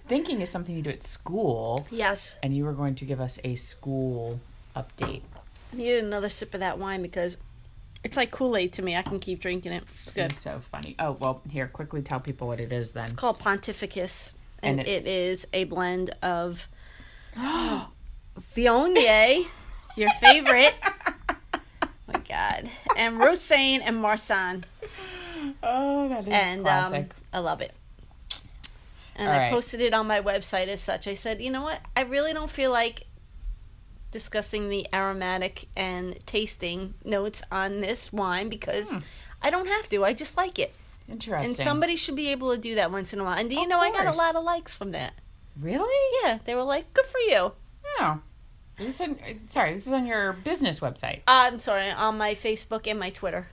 thinking is something you do at school,
Yes.
and you were going to give us a school update.
I needed another sip of that wine because it's like Kool Aid to me. I can keep drinking it. It's good.
It's so funny. Oh, well, here, quickly tell people what it is then.
It's called Pontificus, and,
And it's-
it is a blend of Viognier, your favorite. my God, and Roussanne and Marsan,
Oh, that is
and um, I love it. And
All
I
right.
posted it on my website as such. I said, you know what? I really don't feel like discussing the aromatic and tasting notes on this wine because
Hmm.
I don't have to. I just like it.
Interesting.
And somebody should be able to do that once in a while. And do you
Of
know I got
course.
a lot of likes from that?
really?
Yeah, they were like, "Good for you."
Oh. Is this on, sorry, this is on your business website,
Uh, I'm sorry, on my Facebook and my Twitter.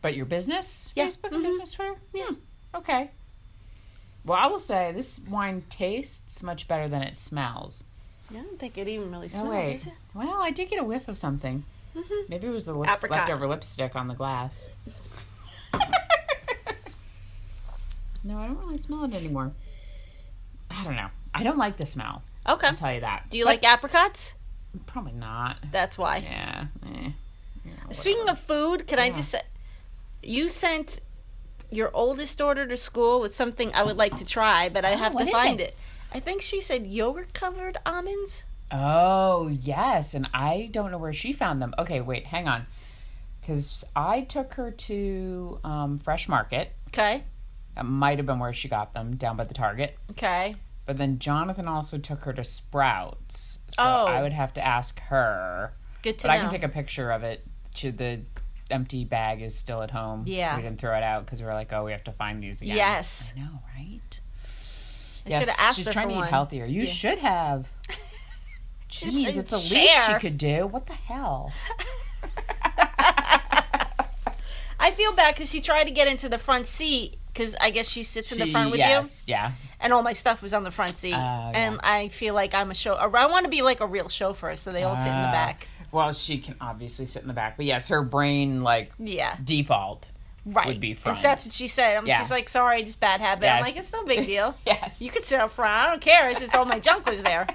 but your business
Yeah.
Facebook
Mhm.
and business Twitter.
Yeah.
Hmm. Okay. Well, I will say this wine tastes much better than it smells.
I don't think it even really
Oh
smells.
wait.
Is it?
Well, I did get a whiff of something.
Mhm.
Maybe it was the lips,
Apricot.
leftover lipstick on the glass. no, I don't really smell it anymore. I don't know. I don't like the smell.
Okay.
I'll tell you that.
Do you
But
like apricots?
Probably not.
That's why.
Yeah. eh. Yeah,
Speaking of food, can I just say, you sent your oldest daughter to school with something I would like to try, but I have
Oh, what
to
is
find
it?
it? I think she said yogurt covered almonds.
Oh, yes. And I don't know where she found them. Okay, wait, hang on. Because I took her to um, Fresh Market.
Okay.
That might have been where she got them, down by the Target.
Okay.
But then Jonathan also took her to Sprouts. So
Oh.
I would have to ask her.
Good to
But
know.
I can take a picture of it. She, the empty bag is still at home.
Yeah.
We didn't throw it out because we were like, oh, we have to find these again.
Yes.
I know, right?
I should have asked
she's
her
trying
for
to eat
one.
healthier. You should have. Jeez,
Just
it's the least she
share.
could do. What the hell?
I feel bad because she tried to get into the front seat because I guess she sits in the front with
yes, yeah. Oh,
you, and all my stuff was on the front seat,
yeah.
and I feel like I'm a show. or I want to be like a real chauffeur, so they all sit in the
Ah.
back.
Well, she can obviously sit in the back, but yes, her brain like
Yeah,
default.
right.
be
And
front.
that's what she said. I'm,
Yeah.
She's like, "Sorry, just bad habit." I'm
Yes.
like, "It's no big deal.
Yes,
You could sit up front. I don't care. It's just all my junk was there."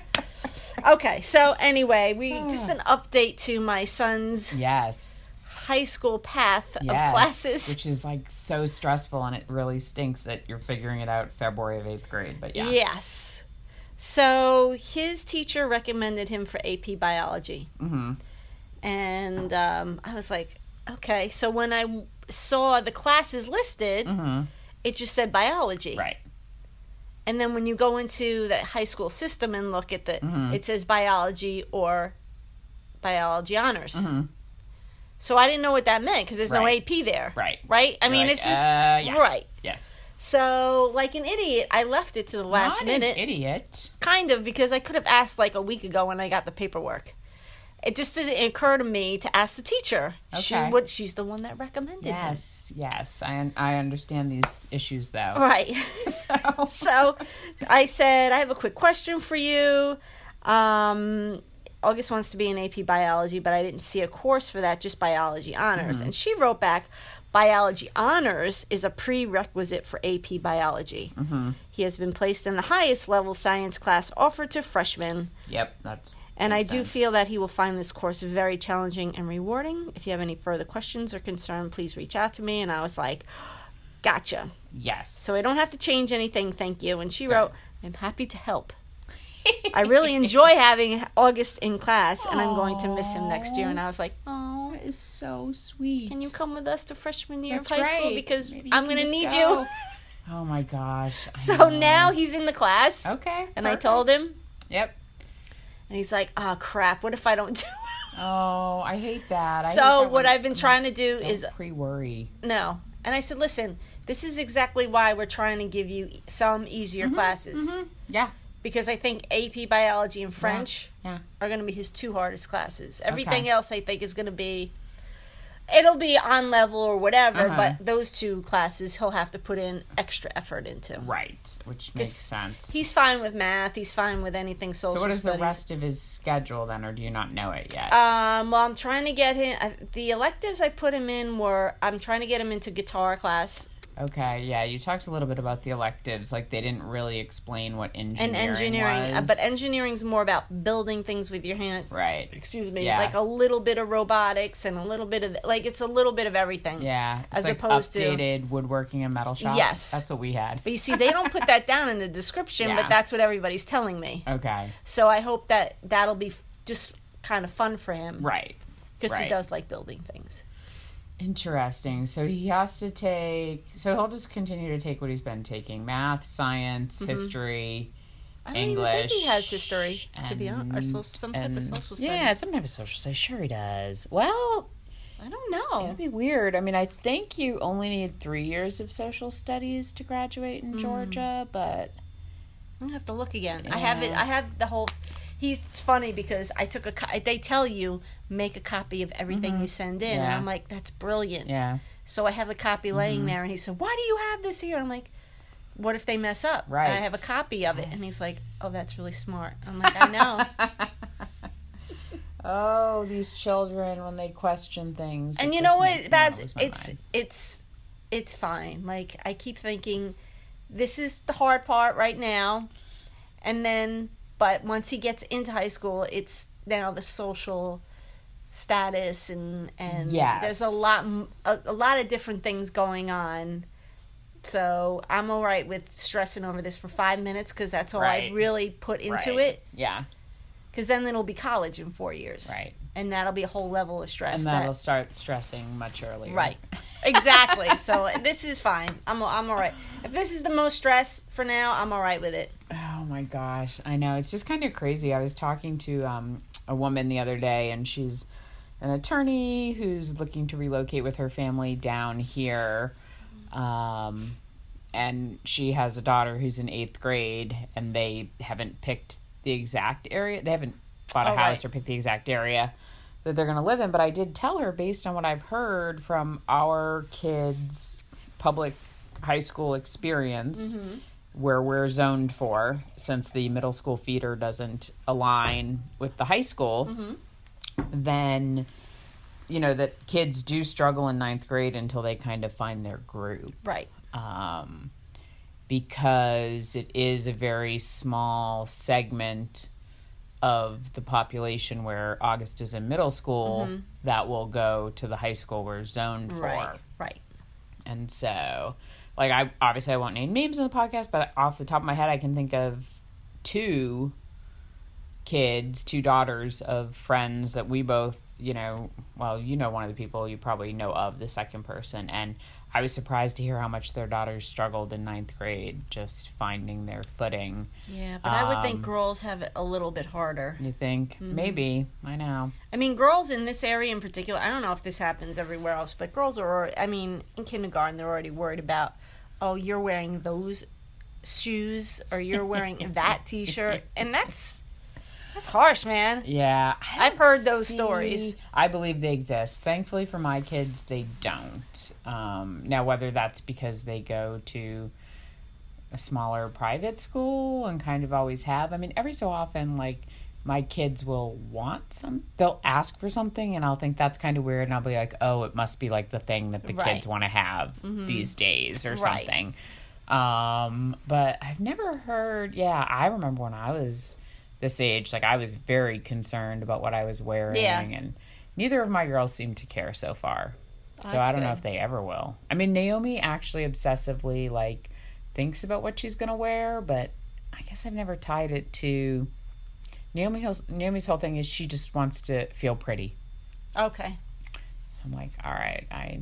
Okay, so anyway, we just an update to my son's
Yes,
high school path
yes,
of classes.
which is like so stressful, and it really stinks that you're figuring it out February of eighth grade. But yeah,
Yes. So his teacher recommended him for AP biology.
Mhm.
And um, I was like, okay. So when I w- saw the classes listed, it just said biology.
Mm-hmm. right.
And then when you go into the high school system and look at the,
Mm-hmm.
it says biology or biology honors. So I didn't know what that meant because there's
Mm-hmm. Right.
no AP there.
Right.
Right. I
You're
mean,
like,
it's just
uh, yeah.
right.
Yes,
So, like an idiot, I left it to the last
Not
minute.
An idiot.
Kind of, because I could have asked like a week ago when I got the paperwork. It just didn't occur to me to ask the teacher. She
Okay.
would, she's the one that recommended him.
Yes, yes. I un- I understand these issues though.
Right. so I said, I have a quick question for you. Um, August wants to be in AP biology, but I didn't see a course for that, just biology honors.
Mm-hmm.
And she wrote back, biology honors is a prerequisite for AP biology.
Mm-hmm.
He has been placed in the highest level science class offered to freshmen.
Yep, that's
And I
makes
do
sense.
feel that he will find this course very challenging and rewarding. If you have any further questions or concern, please reach out to me. And I was like, gotcha.
yes.
So I don't have to change anything, thank you. And she wrote, I'm happy to help. I really enjoy having August in class, and I'm going to miss him next year. And I was like, oh,
That is so sweet.
can you come with us to freshman year
That's
of high school?
right.
Because
Maybe you
I'm
can
going to
just
need
go."
you.
Oh my gosh. I
So
know.
now he's in the class,
Okay.
and I
perfect.
told him,
Yep.
and he's like, oh, crap, what if I don't do it?
Oh, I hate that. I
So what I've been trying to do is
pre worry.
No. And I said, listen, this is exactly why we're trying to give you some easier
Mm-hmm.
classes.
Yeah.
Because I think AP biology and French
Yeah.
are going to be his two hardest classes. Everything else, I think, is going to be. It'll be on level or whatever,
Uh-huh.
but those two classes he'll have to put in extra effort into.
Right. Which makes sense.
He's fine with math. He's fine with anything social
so what is
studies.
the rest of his schedule then, or do you not know it yet?
Um, well, I'm trying to get him. I, the electives I put him in were I'm trying to get him into guitar class
okay. Yeah. You talked a little bit about the electives. Like they didn't really explain what engineering.
and engineering, uh,
was.
but engineering's more about building things with your hand.
Right.
Excuse me,
Yeah.
like a little bit of robotics and a little bit of like it's a little bit of everything.
Yeah.
As
like
opposed to-
updated woodworking and metal shop.
Yes.
That's what we had.
But you see, they don't put that down in the description,
Yeah.
but that's what everybody's telling me.
Okay.
So I hope that that'll be f- just kind of fun for him
Right.
because
right.
he does like building things.
Interesting. So he has to take. So he'll just continue to take what he's been taking: math, science, history,
Mm-hmm. I don't
English.
even think he has history to be honest, or so,
and-
some type
and-
of social studies.
Yeah, some type of social studies. Sure, he does. Well,
I don't know.
that'd be weird. I mean, I think you only need three years of social studies to graduate
Hmm.
in Georgia, but
I'm gonna have to look again. I have it.
Yeah.
I have the whole. He's it's funny because I took a. co- They tell you make a copy of everything you send in, and
Mm-hmm. Yeah.
I'm like, that's brilliant.
yeah,
So I have a copy laying there, and he said, "Why do you have this here?" I'm like, "What if they mess up?" And I
Right.
have a copy of it, and he's like, "Oh, that's really smart." I'm like, "I know."
oh, these children when they question things.
and
it
you
just
know
makes
what,
me
Babs?
lose my
It's
mind.
it's it's fine. Like I keep thinking, this is the hard part right now, and then but once he gets into high school, it's now the social status and and
Yes.
there's a lot m- a, a lot of different things going on. So I'm all right with stressing over this for five minutes because that's all
Right.
I've really put into
Right.
it.
Yeah,
Because then it'll be college in four years,
Right.
And that'll be a whole level of stress.
and
that-
that'll start stressing much earlier.
Right. Exactly. so this is fine. I'm I'm all right. If this is the most stress for now, I'm all right with it.
Oh my gosh, I know. It's just kind of crazy. I was talking to um, a woman the other day, and she's an attorney who's looking to relocate with her family down here. Um, and she has a daughter who's in eighth grade, and they haven't picked the exact area. They haven't bought a
Oh,
house
right.
or picked the exact area that they're going to live in. But I did tell her, based on what I've heard from our kids' public high school experience,
Mm-hmm.
where we're zoned for, since the middle school feeder doesn't align with the high school,
Mm-hmm.
then you know that kids do struggle in ninth grade until they kind of find their groove
Right.
um, because it is a very small segment of the population where August is in middle school that will go to the high school we're zoned for.
Right. Right.
And so, like, I obviously I won't name names in the podcast, but off the top of my head, I can think of two kids, two daughters of friends that we both, you know, well, you know, one of the people you probably know of, the second person. And I was surprised to hear how much their daughters struggled in ninth grade just finding their footing.
Yeah, but I would think girls have it a little bit harder.
You think, maybe, I know.
I mean, girls in this area in particular, I don't know if this happens everywhere else, but girls are, alre- I mean, in kindergarten, they're already worried about, oh, you're wearing those shoes or you're wearing that t-shirt and that's that's harsh, man.
Yeah. I
I've heard those
see-
stories.
I believe they exist. Thankfully for my kids, they don't. Um, now, whether that's because they go to a smaller private school and kind of always have, I mean, every so often, like, my kids will want some, they'll ask for something, and I'll think that's kind of weird, and I'll be like, oh, it must be like the thing that the
Right. Mm-hmm.
kids want to have these days or
Right.
something. Um, but I've never heard, yeah, I remember when I was this age, like I was very concerned about what I was wearing
Yeah.
and neither of my girls seem to care so far. So
that's
I don't know
good.
if they ever will. I mean, Naomi actually obsessively like thinks about what she's going to wear, but I guess I've never tied it to Naomi Hill's, Naomi's whole thing is she just wants to feel pretty.
Okay.
So I'm like, all right, I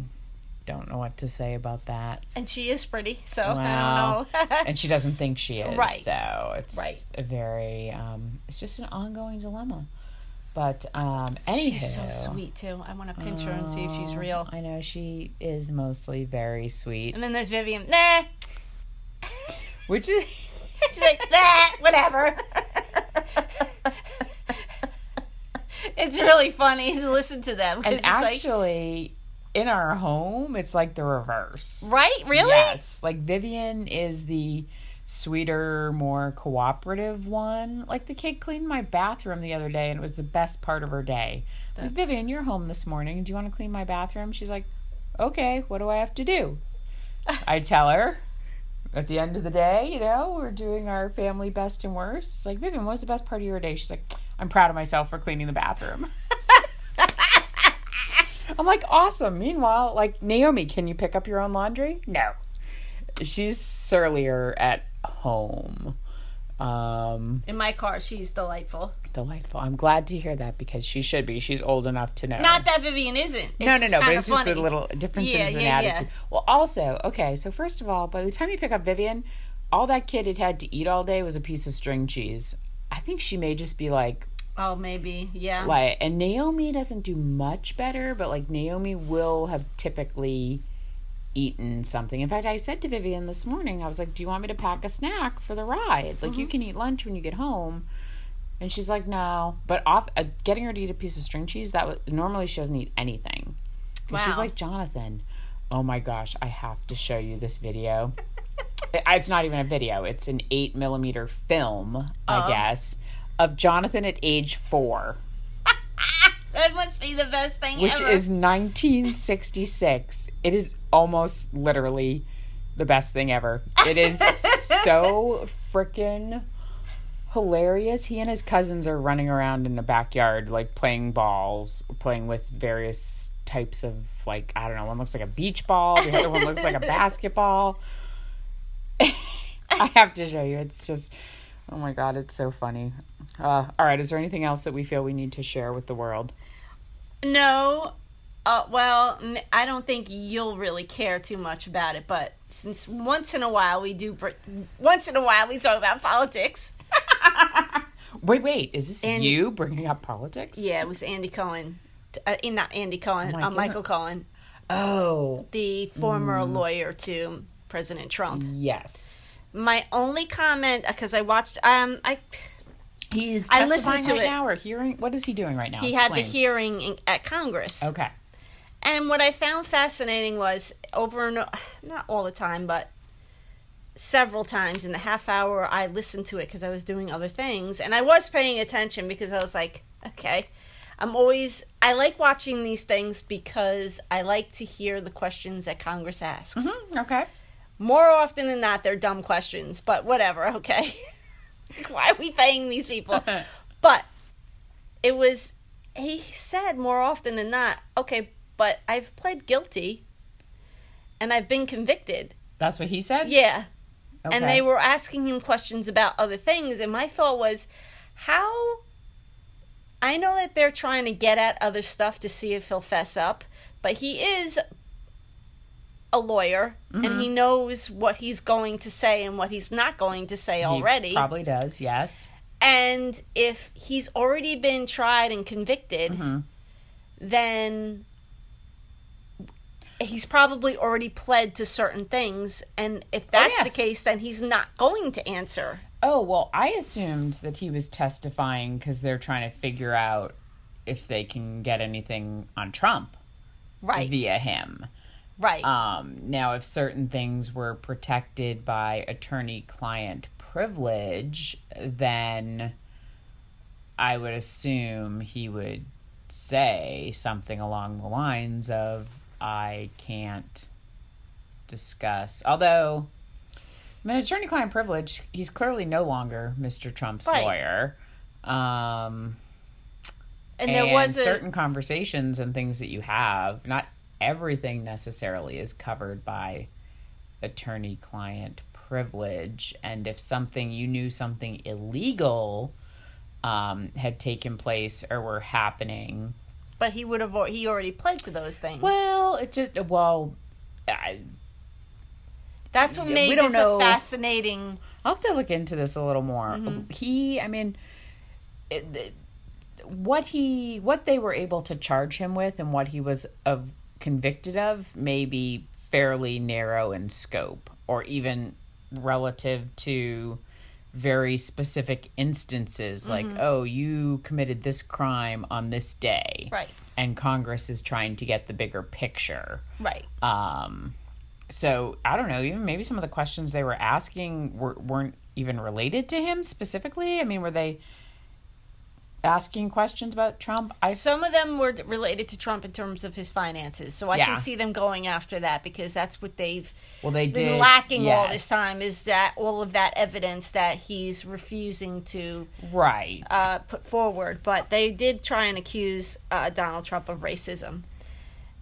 don't know what to say about that.
And she is pretty, so
Wow.
I don't know.
and she doesn't think she is.
Right.
So it's
Right.
a very um it's just an ongoing dilemma. But um anywho,
She's so sweet too. I want to pinch her and see if she's real.
Oh, I know she is mostly very sweet.
And then there's Vivian. Nah.
Which is
She's like, nah, whatever. it's really funny to listen to them. 'cause
and
it's like,
actually in our home it's like the reverse.
right? Really?
Yes. Like Vivian is the sweeter, more cooperative one. Like the kid cleaned my bathroom the other day and it was the best part of her day. Like,
That's-
Vivian, you're home this morning. Do you want to clean my bathroom? She's like, Okay, what do I have to do? I tell her. At the end of the day, you know, we're doing our family best and worst. It's like, Vivian, what was the best part of your day? She's like, I'm proud of myself for cleaning the bathroom. I'm like, awesome. Meanwhile, like, Naomi, can you pick up your own laundry? No. She's surlier at home. Um,
In my car, she's delightful.
delightful. I'm glad to hear that because she should be. She's old enough to know.
Not that Vivian isn't. It's
no, no,
just
no. But
kinda
it's
funny.
just the little differences
Yeah,
in
yeah, yeah.
attitude. Well, also, okay. So first of all, by the time you pick up Vivian, all that kid had had to eat all day was a piece of string cheese. I think she may just be like,
Oh, maybe. Yeah.
like, and Naomi doesn't do much better, but like Naomi will have typically eaten something. In fact, I said to Vivian this morning, I was like, "Do you want me to pack a snack for the ride? Like,
Mm-hmm.
you can eat lunch when you get home." And she's like, "No." But off uh, getting her to eat a piece of string cheese that was normally she doesn't eat anything. And She's
Wow.
like, "Jonathan, oh my gosh, I have to show you this video." It- it's not even a video; it's an eight millimeter film, I guess, of Jonathan at age four
That must be the best thing
which
ever.
is 1966. It is almost literally the best thing ever. It is so freaking hilarious. He and his cousins are running around in the backyard, like playing balls, playing with various types of, like, I don't know, one looks like a beach ball, the other one looks like a basketball. I have to show you. It's just, oh my God, it's so funny. Uh, all right, is there anything else that we feel we need to share with the world?
No. Uh, well, n- I don't think you'll really care too much about it, but since once in a while we do, br- once in a while we talk about politics.
Wait, wait. Is this
And-
you bringing up politics?
Yeah, it was Andy Cohen. T- Uh, eh, not Andy Cohen,
Mike,
uh,
isn't-
Michael Cohen,
Oh,
the former lawyer to President Trump.
yes.
My only comment, because I watched, um, I
He's
I
testifying
listened to
right
it.
now or hearing. What is he doing right now?
he had the
Explain. Oh,
hearing in, at Congress.
Okay.
And what I found fascinating was over and o- not all the time, but several times in the half hour I listened to it because I was doing other things and I was paying attention because I was like, okay, I'm always I like watching these things because I like to hear the questions that Congress asks.
Okay.
More often than not, they're dumb questions, but whatever, okay. Why are we paying these people? but it was, he said more often than not, okay, but I've pled guilty and I've been convicted.
That's what he said.
Yeah.
Okay.
And they were asking him questions about other things. And my thought was, how. I know that they're trying to get at other stuff to see if he'll fess up, but he is a lawyer and
Mm-hmm.
he knows what he's going to say and what he's not going to say
He
already.
probably does. Yes.
And if he's already been
Mm-hmm.
tried and convicted, then he's probably already pled to certain things, and if that's
Oh, yes.
the case, then he's not going to answer.
Oh, well, I assumed that he was testifying because they're trying to figure out if they can get anything on Trump
Right.
via him.
right.
Um, now, if certain things were protected by attorney client privilege, then I would assume he would say something along the lines of, I can't discuss. Although, I mean, attorney client privilege, he's clearly no longer Mr. Trump's
Right.
lawyer. Um,
and there was a
certain conversations and things that you have not everything necessarily is covered by attorney client privilege and if something you knew something illegal um, had taken place or were happening
but he would have al- he already pled to those things.
well it just well I,
that's what made
don't
this
know.
a fascinating.
I'll have to look into this a little more. He, I mean, it, th- what he, what they were able to charge him with, and what he was of convicted of, may be fairly narrow in scope, or even relative to very specific instances, like oh, you committed this crime on this day,
Right.
And Congress is trying to get the bigger picture.
Right.
Um, so I don't know. Even maybe some of the questions they were asking were, weren't even related to him specifically. I mean, were they asking questions about Trump? I
Some of them were d- related to Trump in terms of his finances, so I
Yeah.
can see them going after that because that's what they've
well, they
been
did
lacking all this
yes.
time is that all of that evidence that he's refusing to
right.
uh, put forward. But they did try and accuse uh, Donald Trump of racism.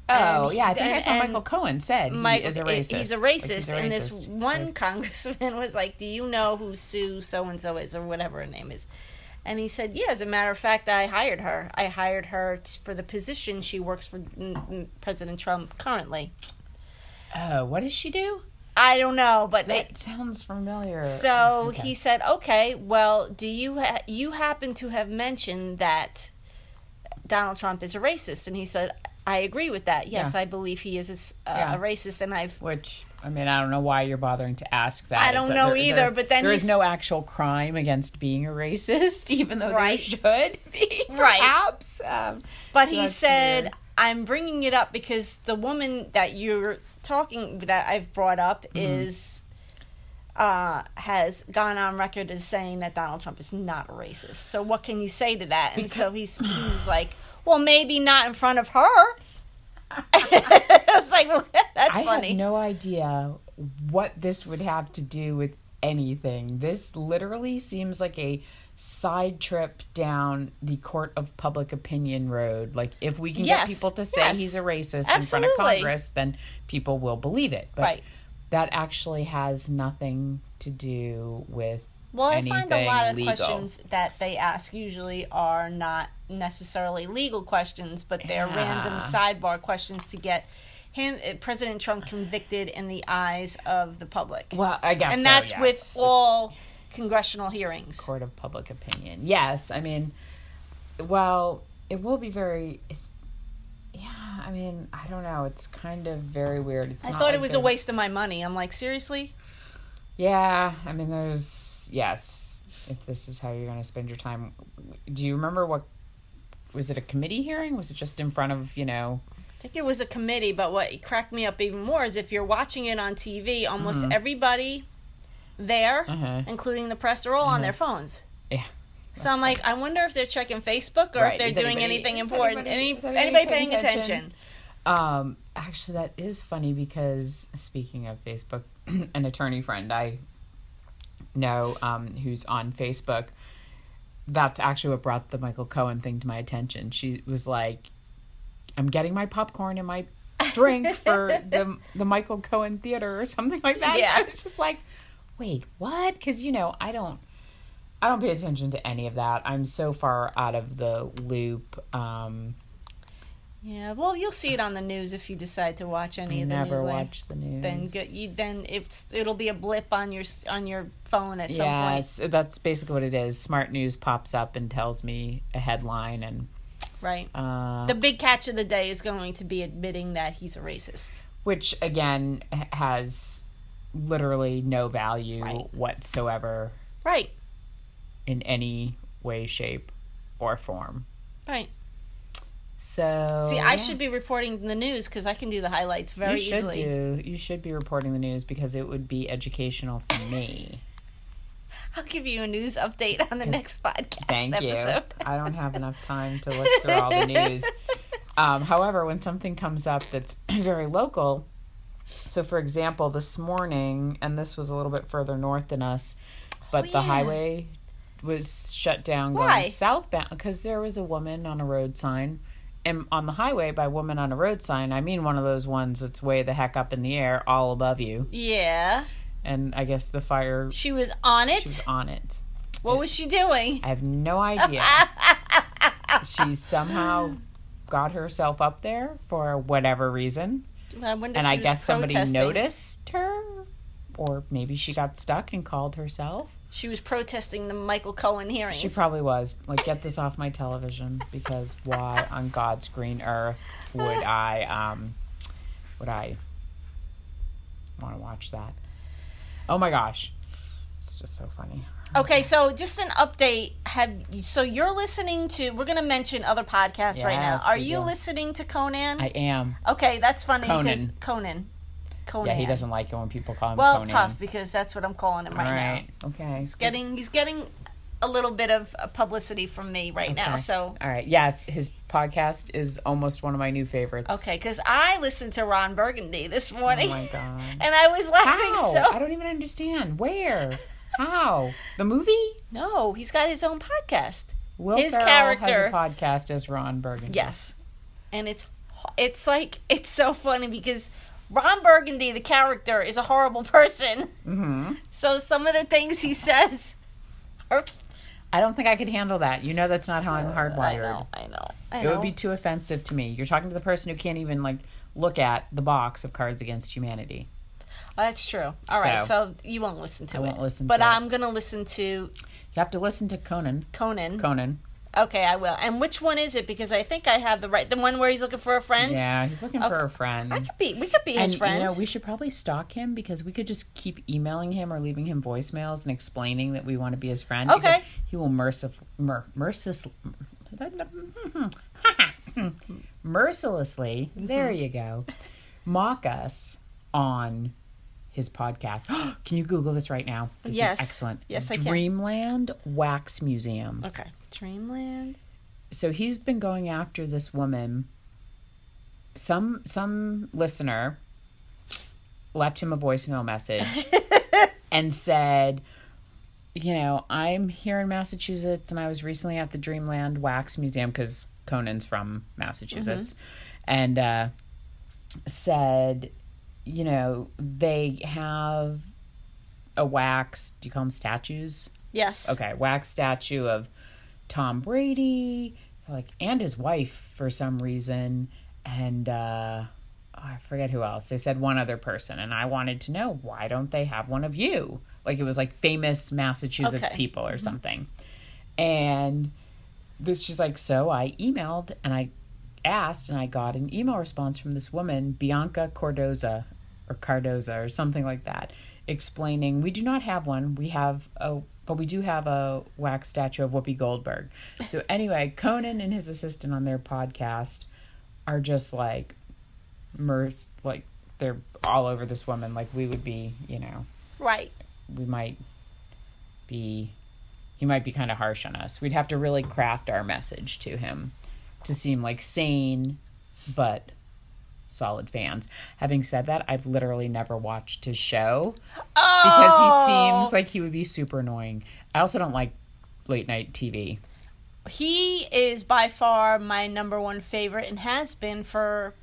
oh
and-
yeah, I think I saw
and
Michael Cohen said he is a
i-
racist.
He's a racist,
Like, he's a
and this
racist.
one congressman was like, "Do you know who Sue so and so is, or whatever her name is?" And he said, "Yeah, as a matter of fact, I hired her. I hired her t- for the position she works for mm, mm, President Trump currently.
Oh, what does she do?
I don't know, but it,
That sounds familiar.
So
Oh, Okay.
he said, "Okay, well, do you ha- you happen to have mentioned that Donald Trump is a racist?" And he said, "I agree with that. Yes,
Yeah.
I believe he is a s- a,
Yeah.
a racist, and I've
Which I mean, I don't know why you're bothering to ask that.
I
It
don't
do-
know either, but then
there is
he's-
no actual crime against being a racist, even though
Right.
there should be,
Right.
perhaps. Um,
But
so
he
that's
said,
weird.
"I'm bringing it up because the woman that you're talking that I've brought up
Mm-hmm.
is." Uh, has gone on record as saying that Donald Trump is not a racist. So what can you say to that? And so he's he was like, well, maybe not in front of her. I was like, well, that's
I
funny.
have no idea what this would have to do with anything. This literally seems like a side trip down the court of public opinion road. Like if we can
Yes,
get people to say
yes.
he's a racist in front of
Absolutely.
Congress, then people will believe it. But
Right.
that actually has nothing to do with
well, I
anything
find a lot of
legal.
questions that they ask usually are not necessarily legal questions, but they're random
Yeah.
sidebar questions to get him, uh, President Trump, convicted in the eyes of the public.
Well, I guess
and
so,
that's
yes.
with
The
all congressional hearings.
court of public opinion. Yes, I mean, well, it will be very. It's, yeah, I mean, I don't know. It's kind of very weird. It's
I
not
thought
like
it was
they're-
a waste of my money. I'm like, seriously?
Yeah, I mean, there's yes. If this is how you're going to spend your time, do you remember what? Was it a committee hearing? Was it just in front of you know?
I think it was a committee, but what cracked me up even more is if you're watching it on TV, almost
Mm-hmm.
everybody there,
Uh-huh.
including the press, are all
Mm-hmm.
on their phones.
Yeah.
So I'm like, I wonder if they're checking Facebook or
Right.
if they're
Is
doing
anybody-
anything
is
important.
anybody-
Any,
is
anybody,
anybody
paying
paying
attention?
attention? Um, actually, that is funny because speaking of Facebook, an attorney friend I know um, who's on Facebook, that's actually what brought the Michael Cohen thing to my attention. She was like, "I'm getting my popcorn and my drink for the the Michael Cohen Theater or something like that."
Yeah.
I was just like, "Wait, what?" Because you know, I don't. I don't pay attention to any of that. I'm so far out of the loop. Um,
Yeah, well, you'll see it on the news if you decide to watch any
I
of the
never
news. later.
watch the news.
Then get you. Then it's it'll be a blip on your s- on your phone at some point.
Yes, that's basically what it is. Smart news pops up and tells me a headline, and
Right.
Uh,
the big catch of the day is going to be admitting that he's a racist.
which again h- has literally no value
Right.
whatsoever
Right.
in any way, shape, or form.
Right.
So
See, I should be reporting the news because I can do the highlights very
Oh, you should
easily.
do you should be reporting the news because it would be educational for me.
I'll give you a news update on the next podcast
Thank you.
episode.
I don't have enough time to look through all the news. Um, however, when something comes up that's very local, so for example, this morning, and this was a little bit further north than us, but the
Oh, yeah.
highway was shut down
Why?
going southbound because there was a woman on a road sign. And on the highway, by woman on a road sign, I mean one of those ones that's way the heck up in the air, all above you.
Yeah.
And I guess the fire
She was on it.
was on it.
what was she doing?
I have no idea. she somehow got herself up there for whatever reason.
I wonder
and
if she
I
was
guess somebody
protesting.
noticed her. Or maybe she got stuck and called herself.
She was protesting the Michael Cohen hearings.
She probably was. Like, get this off my television because why on God's green earth would I um would I wanna watch that? Oh my gosh. It's just so funny.
Okay, so just an update. Have so you're listening to? We're going to mention other podcasts right now.
Yes,
Are
we
you
will.
listening to Conan?
I am.
okay, that's funny
Conan.
because Conan. Conan.
Yeah, he doesn't like it when people call him
Oh, Well,
Conan.
tough because that's what I'm calling him right, now.
Okay.
He's getting he's getting a little bit of uh, publicity from me right now.
Okay.
So
All right. Yes, his podcast is almost one of my new favorites. Oh
okay, because I listened to Ron Burgundy this morning.
my God.
And I was laughing
How? I
so.
don't even understand. Where? How? The movie?
No, he's got his own podcast.
Will
His
Ferrell
character.
has a podcast as Ron Burgundy.
Yes. And it's it's like it's so funny because Ron Burgundy, the character, is a horrible person. Mm-hmm. So some of the things he says are
I don't think I could handle that. You know that's not how I'm
Uh, I
hardwired.
know, I know, I
It
know.
would be too offensive to me. You're talking to the person who can't even like look at the box of Cards Against Humanity.
That's true. All right, so
So-
you won't listen to it.
won't listen
but
to it.
I'm gonna listen to
You have to listen to Conan.
Conan.
Conan.
Okay, I will. And which one is it? Because I think I have the right the one where he's looking for a friend.
Yeah, he's looking for a friend.
I could be we could be his
and
friend.
you know we should probably stalk him because we could just keep emailing him or leaving him voicemails and explaining that we want to be his friend. because
Okay.
he will mercif- mer- mercis- mercilessly.
Mm-hmm.
There you go. Mock us on his podcast. can you Google this right now? This is
Yes.
excellent.
Yes, I can.
Dreamland Wax Museum
okay. Dreamland.
so he's been going after this woman some some listener left him a voicemail message and said you know i'm here in massachusetts and i was recently at the dreamland wax museum because conan's from massachusetts and uh, said you know they have a wax do you call them statues
Yes.
okay wax statue of tom brady like and his wife for some reason and uh oh, i forget who else they said one other person and i wanted to know why don't they have one of you like it was like famous massachusetts
Okay.
people or something and this she's like so i emailed and i asked and i got an email response from this woman bianca cordoza or cardoza or something like that explaining we do not have one we have a but we do have a wax statue of whoopi goldberg so anyway conan and his assistant on their podcast are just like immersed like they're all over this woman like we would be you know
Right.
we might be he might be kind of harsh on us. We'd have to really craft our message to him to seem like sane but solid fans. Having said that, I've literally never watched his show because he seems like he would be super annoying. I also don't like late night TV.
He is by far my number one favorite and has been for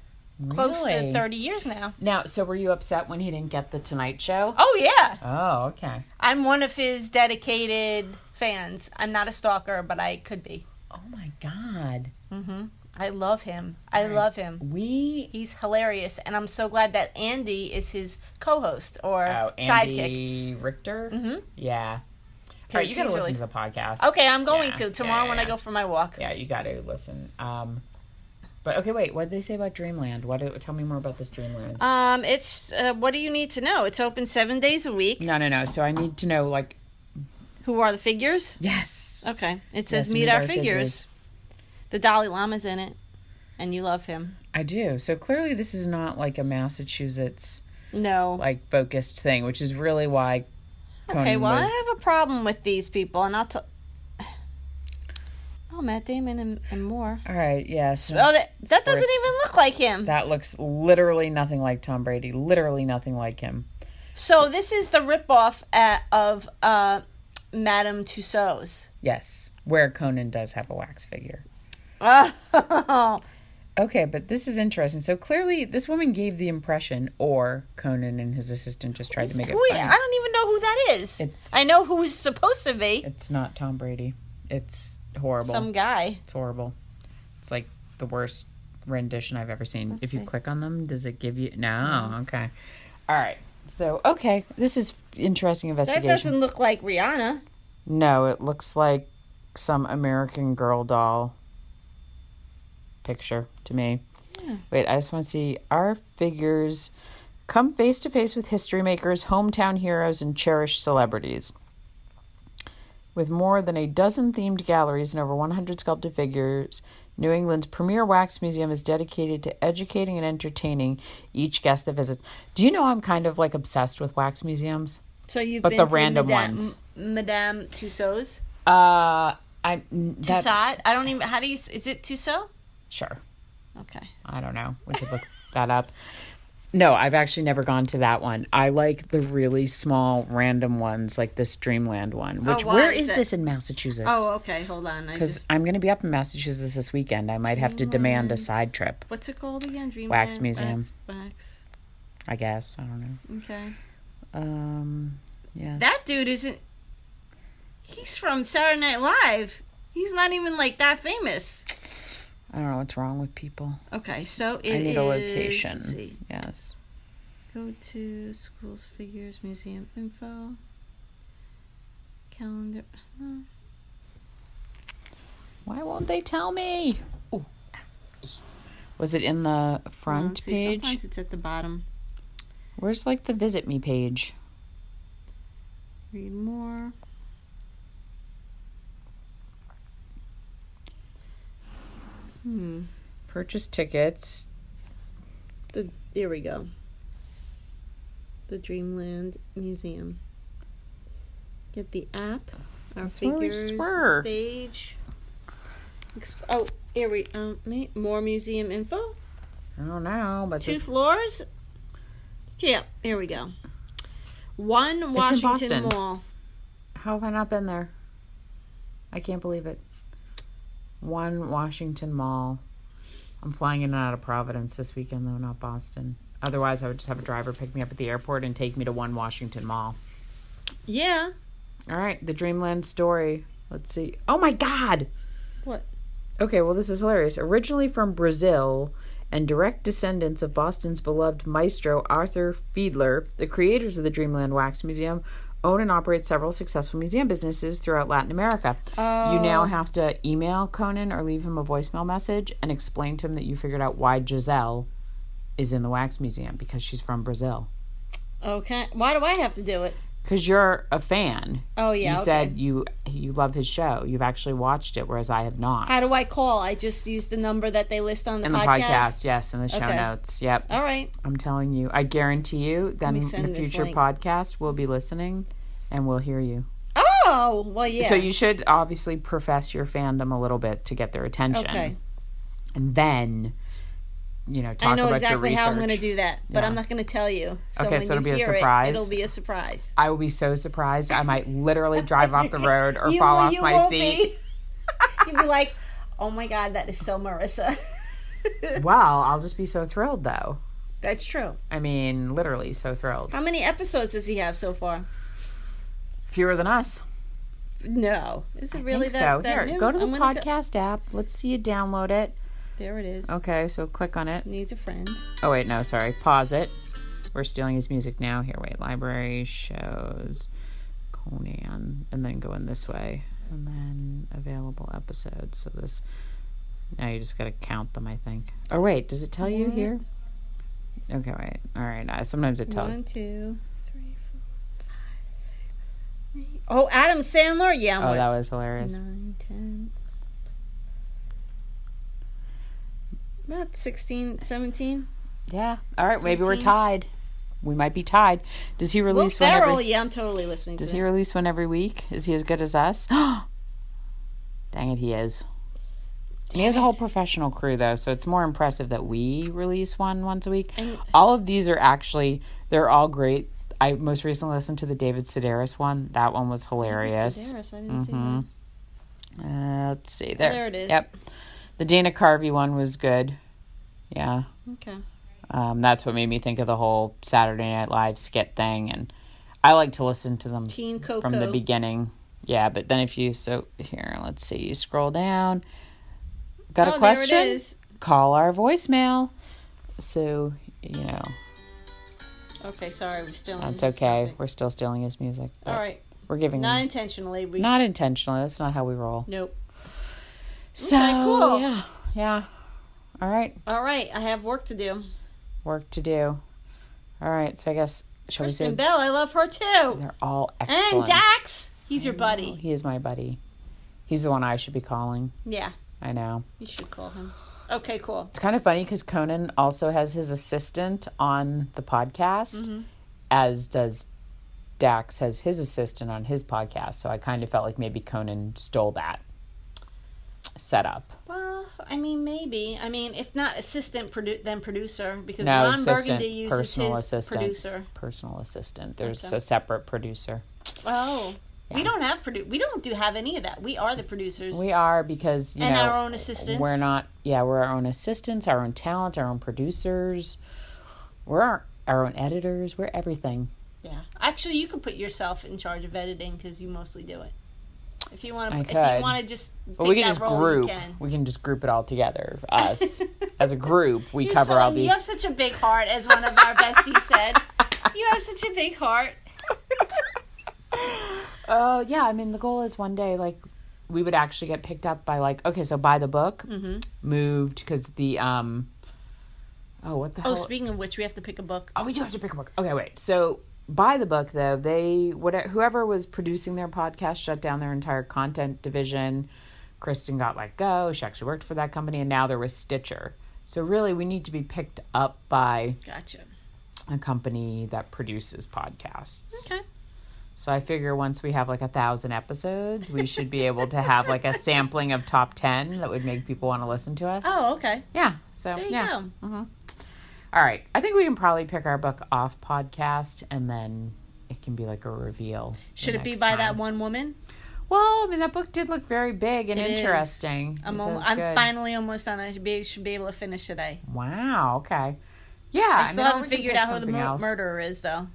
close to
Really?
30 years now.
Now, so were you upset when he didn't get the Tonight Show?
Oh, yeah.
Oh, okay.
I'm one of his dedicated fans. I'm not a stalker, but I could be.
Oh my god.
I love him. I love him.
We
He's hilarious, and I'm so glad that Andy is his co host or
Oh,
sidekick.
Andy Richter. Mm-hmm. Yeah,
because
All right, you gotta
he's
listen
really
to the podcast.
okay. I'm going
Yeah,
to
yeah,
tomorrow
yeah,
when I
yeah.
go for my walk.
Yeah, you gotta listen. Um, but okay, wait. What did they say about Dreamland? What? do- Tell me more about this Dreamland.
Um, it's uh, what do you need to know? It's open seven days a week.
no, no, no. So I need to know, like,
Who are the figures?
yes.
Okay, it says meet, our, figures. The Dalai Lama's in it, and you love him.
I do. So clearly, this is not like a Massachusetts
No.
like focused thing, which is really why. Conan
okay, well,
was-
I have a problem with these people, and I'll tell. Oh, Matt Damon and, and more.
All right. Yeah. So
Oh, that, that doesn't even look like him.
that looks literally nothing like Tom Brady. Literally nothing like him.
So this is the ripoff at, of uh, Madame Tussauds.
Yes, where Conan does have a wax figure.
Oh,
Okay, but this is interesting. So clearly, this woman gave the impression, or Conan and his assistant just tried to make it.
who, I
funny.
don't even know who that is.
It's-
I know who it's supposed to be.
It's not Tom Brady. It's horrible.
Some guy.
It's horrible. It's like the worst rendition I've ever seen. if you
see.
click on them, does it give you? No. Okay. All right. So okay, this is interesting
That
investigation.
doesn't look like Rihanna.
No, it looks like some American Girl doll picture to me. Wait, I just want to see our figures come face to face with history makers, hometown heroes, and cherished celebrities. With more than a dozen themed galleries and over 100 sculpted figures, New England's premier wax museum is dedicated to educating and entertaining each guest that visits. Do you know I'm kind of like obsessed with wax museums?
So you've
But
been
the
to
random
Madame,
ones.
M- Madame Tussauds.
Uh, I that,
Tussauds. I don't even. How do you? s- Is it Tussauds?
sure.
Okay.
I don't know. We could look that up. No, I've actually never gone to that one. I like the really small random ones, like this Dreamland one. Which
Oh, why
where
is
is
it-
this in Massachusetts?
Oh, okay. Hold on. I
because
just.
I'm going to be up in Massachusetts this weekend. I might have to demand a side trip.
What's it called again? Dreamland.
Museum.
Wax. wax.
I guess I don't know.
Okay.
Um, yeah.
That dude isn't. He's from Saturday Night Live. He's not even like that famous.
I don't know what's wrong with people.
Okay, so it is.
I need a location.
let's see.
Yes.
Go to schools, figures, museum info, calendar. huh.
Why won't they tell me? Ooh. Was it in the
Hold on,
front
see,
page?
Sometimes it's at the bottom.
Where's like the visit me page?
Read more. Hmm.
Purchase tickets.
The here we go. The Dreamland Museum. Get the app. Our
where we
figures. the
were.
Stage. Exp- oh, here we. Um, ma- more museum info.
I don't know, but
Two
this-
floors. Yeah, here we go. One Washington
Boston.
Mall.
How have I not been there? I can't believe it. One Washington Mall. I'm flying in and out of Providence this weekend, though, not Boston. Otherwise, I would just have a driver pick me up at the airport and take me to one Washington Mall.
Yeah.
All right, the Dreamland story. Let's see. Oh my God!
What?
Okay, well, this is hilarious. Originally from Brazil and direct descendants of Boston's beloved maestro Arthur Fiedler, the creators of the Dreamland Wax Museum own and operate several successful museum businesses throughout Latin America.
Oh.
You now have to email Conan or leave him a voicemail message and explain to him that you figured out why Giselle is in the Wax Museum because she's from Brazil.
Okay. Why do I have to do it?
Because you're a fan.
Oh yeah.
you
okay.
said you you love his show. You've actually watched it, whereas I have not.
How do I call? I just use the number that they list on the,
in the
podcast.
podcast, yes, in the show
Okay.
notes. Yep.
All right.
I'm telling you. I guarantee you that
me
in
send
the
this
future
link.
podcast we'll be listening and we'll hear you.
Oh well, yeah.
So you should obviously profess your fandom a little bit to get their attention.
okay.
And then you know, talk
I know
about your
exactly
research.
how I'm going to do that, but I'm
Yeah.
not going to tell you. So
Okay,
when
so
you
it'll be a
hear
surprise?
It, it'll be a surprise.
I will be so surprised. I might literally drive off the road or
You
fall
will-
off
you
my
won't
seat.
be. You'd be like, "Oh my god, that is so Marissa."
Well, I'll just be so thrilled though.
That's true.
I mean, literally so thrilled.
How many episodes does he have so far?
Fewer than us.
No, is it really
Think
that?
so.
that
Here,
new?
go to the
I'm gonna go-
podcast app. Let's see you download it.
There it is.
Okay, so click on it.
Needs a friend.
Oh wait, no, sorry. Pause it. We're stealing his music now. Here, wait. Library shows Conan. um, and then going this way, and then available episodes. So this now you just got to count them. I think. Oh wait, does it tell you here? Okay, wait. All right. I, sometimes it tells.
One, two, three, four, five, six, seven, eight. Oh, Adam Sandler. Yeah, I'm
Oh,
like,
that was hilarious.
nine, ten. About 16, 17.
Yeah. All right. Maybe we're
13.
tied. We might be tied. Does he
Will
release one
Ferrell,
every?
yeah, I'm totally listening
Does
to
he
that.
release one every week? Is he as good as us? Dang it, he is. And he has a whole professional crew though, so it's more impressive that we release one once a week. all of these are actually they're all great. I most recently listened to the David Sedaris one. That one was hilarious.
Sedaris, I didn't see
Mm-hmm.
that.
Uh, let's see there.
There it is.
Yep. The Dana Carvey one was good. Yeah.
Okay.
Um, that's what made me think of the whole Saturday Night Live skit thing, and I like to listen to them
Teen Coco.
from the beginning. Yeah, but then if you so here, let's see, you scroll down. Got
Oh,
a
there it
question?
is.
Call our voicemail. So you know
Okay, sorry, we still.
that's okay. We're still stealing his music. but
All right,
we're giving
not
not,
intentionally. We
not intentionally. That's not how we roll.
nope.
So
cool.
yeah, yeah. All right,
All right, I have work to do.
work to do. All right, so I guess shall we
Kristen
say
Bell, I love her too.
they're all excellent.
And Dax, he's your buddy.
He is my buddy. He's the one I should be calling.
Yeah,
I know.
you should call him. Okay, cool.
It's kind of funny because Conan also has his assistant on the podcast,
Mm-hmm.
as does Dax has his assistant on his podcast. So I kind of felt like maybe Conan stole that setup.
Well, I mean, maybe. I mean, if not assistant, produ- then producer, because
No,
Ron
assistant,
Burgundy uses
personal
his
assistant.
producer.
Personal assistant. There's
Okay.
a separate producer.
Oh, we don't have produ- We don't do have any of that. We are the producers.
We are because you
and
know
our own assistants.
we're not. Yeah, we're our own assistants, our own talent, our own producers. We're our, our own editors. We're everything.
Yeah. Actually, you could put yourself in charge of editing because you mostly do it. If you want
I
to, if
could.
you want to just, take
But we can
that
just
role,
group.
You can.
We can just group it all together. Us as a group, we
You're
cover
so-
all the.
You have such a big heart, as one of our besties said. You have such a big heart.
Oh yeah, I mean the goal is one day like we would actually get picked up by like okay, so buy the book,
Mm-hmm.
moved because the um. Oh what the
Oh,
hell?
speaking of which, we have to pick a book.
oh, we do have to pick a book. Okay, wait. So buy the book though. They what whoever was producing their podcast shut down their entire content division. Kristen got let go. She actually worked for that company, and now there was Stitcher. So really, we need to be picked up by
Gotcha.
a company that produces podcasts.
Okay.
So I figure once we have like a thousand episodes, we should be able to have like a sampling of top ten that would make people want to listen to us.
Oh, okay.
yeah. So
There you
yeah. Mm-hmm.
go.
All right. I think we can probably pick our book off podcast, and then it can be like a reveal.
Should
the
it be
next
by
time.
that one woman?
Well, I mean that book did look very big and
It is.
interesting.
I'm,
so
al-
it's
I'm
good.
finally almost done. I should be, should be able to finish today.
Wow. Okay. Yeah.
I
mean,
still
I
haven't
would pick
figured out who the
something
mur-
else.
murderer is, though.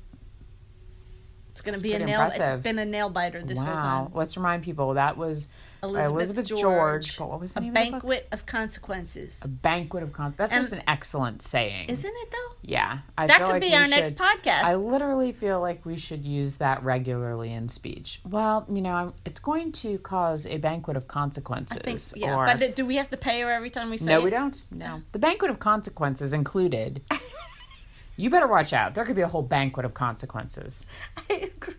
It's gonna be a
pretty
nail.
impressive.
It's been a nail biter this whole
Wow.
time.
Let's remind people that was by
Elizabeth, George.
But what was the
a
name of the book?
banquet of consequences.
banquet of con. That's
And-
just an excellent saying.
Isn't it though?
yeah, I
That
feel
could
like
be
we
our next
should-
podcast.
I literally feel like we should use that regularly in speech. Well, you know, I'm, it's going to cause a banquet of consequences.
I think, yeah.
or-
But do we have to pay her every time we say
no,
it?
we don't. No, the banquet of consequences included. you better watch out. There could be a whole banquet of consequences.
I agree.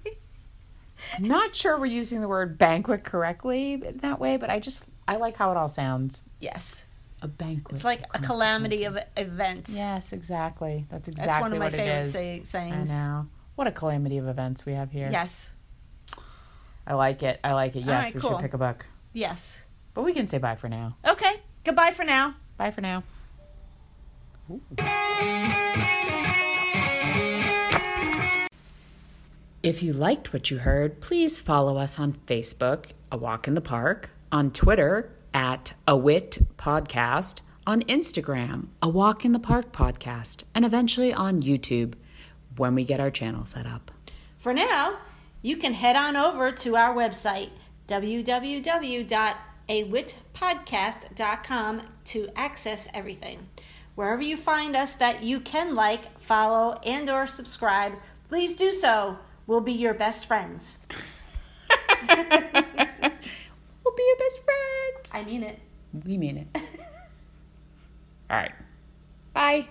Not sure we're using the word banquet correctly in that way, but I just I like how it all sounds.
Yes.
A banquet.
It's like a calamity of events.
Yes, exactly. That's exactly
That's one of my
what it
favorite
is.
say-
I
sayings.
know. What a calamity of events we have here.
Yes.
I like it. I like it. Yes,
right,
we
cool.
should pick a book.
Yes.
But we can say bye for now.
Okay. Goodbye for now.
Bye for now.
If you liked what you heard, please follow us on Facebook, A Walk in the Park, on Twitter at A Wit Podcast, on Instagram, A Walk in the Park Podcast, and eventually on YouTube when we get our channel set up.
For now, you can head on over to our website, www.awitpodcast.com, to access everything. Wherever you find us that you can like, follow, and or subscribe, please do so. We'll be your best friends.
we'll be your best friends.
I mean it.
We mean it. All right. Bye.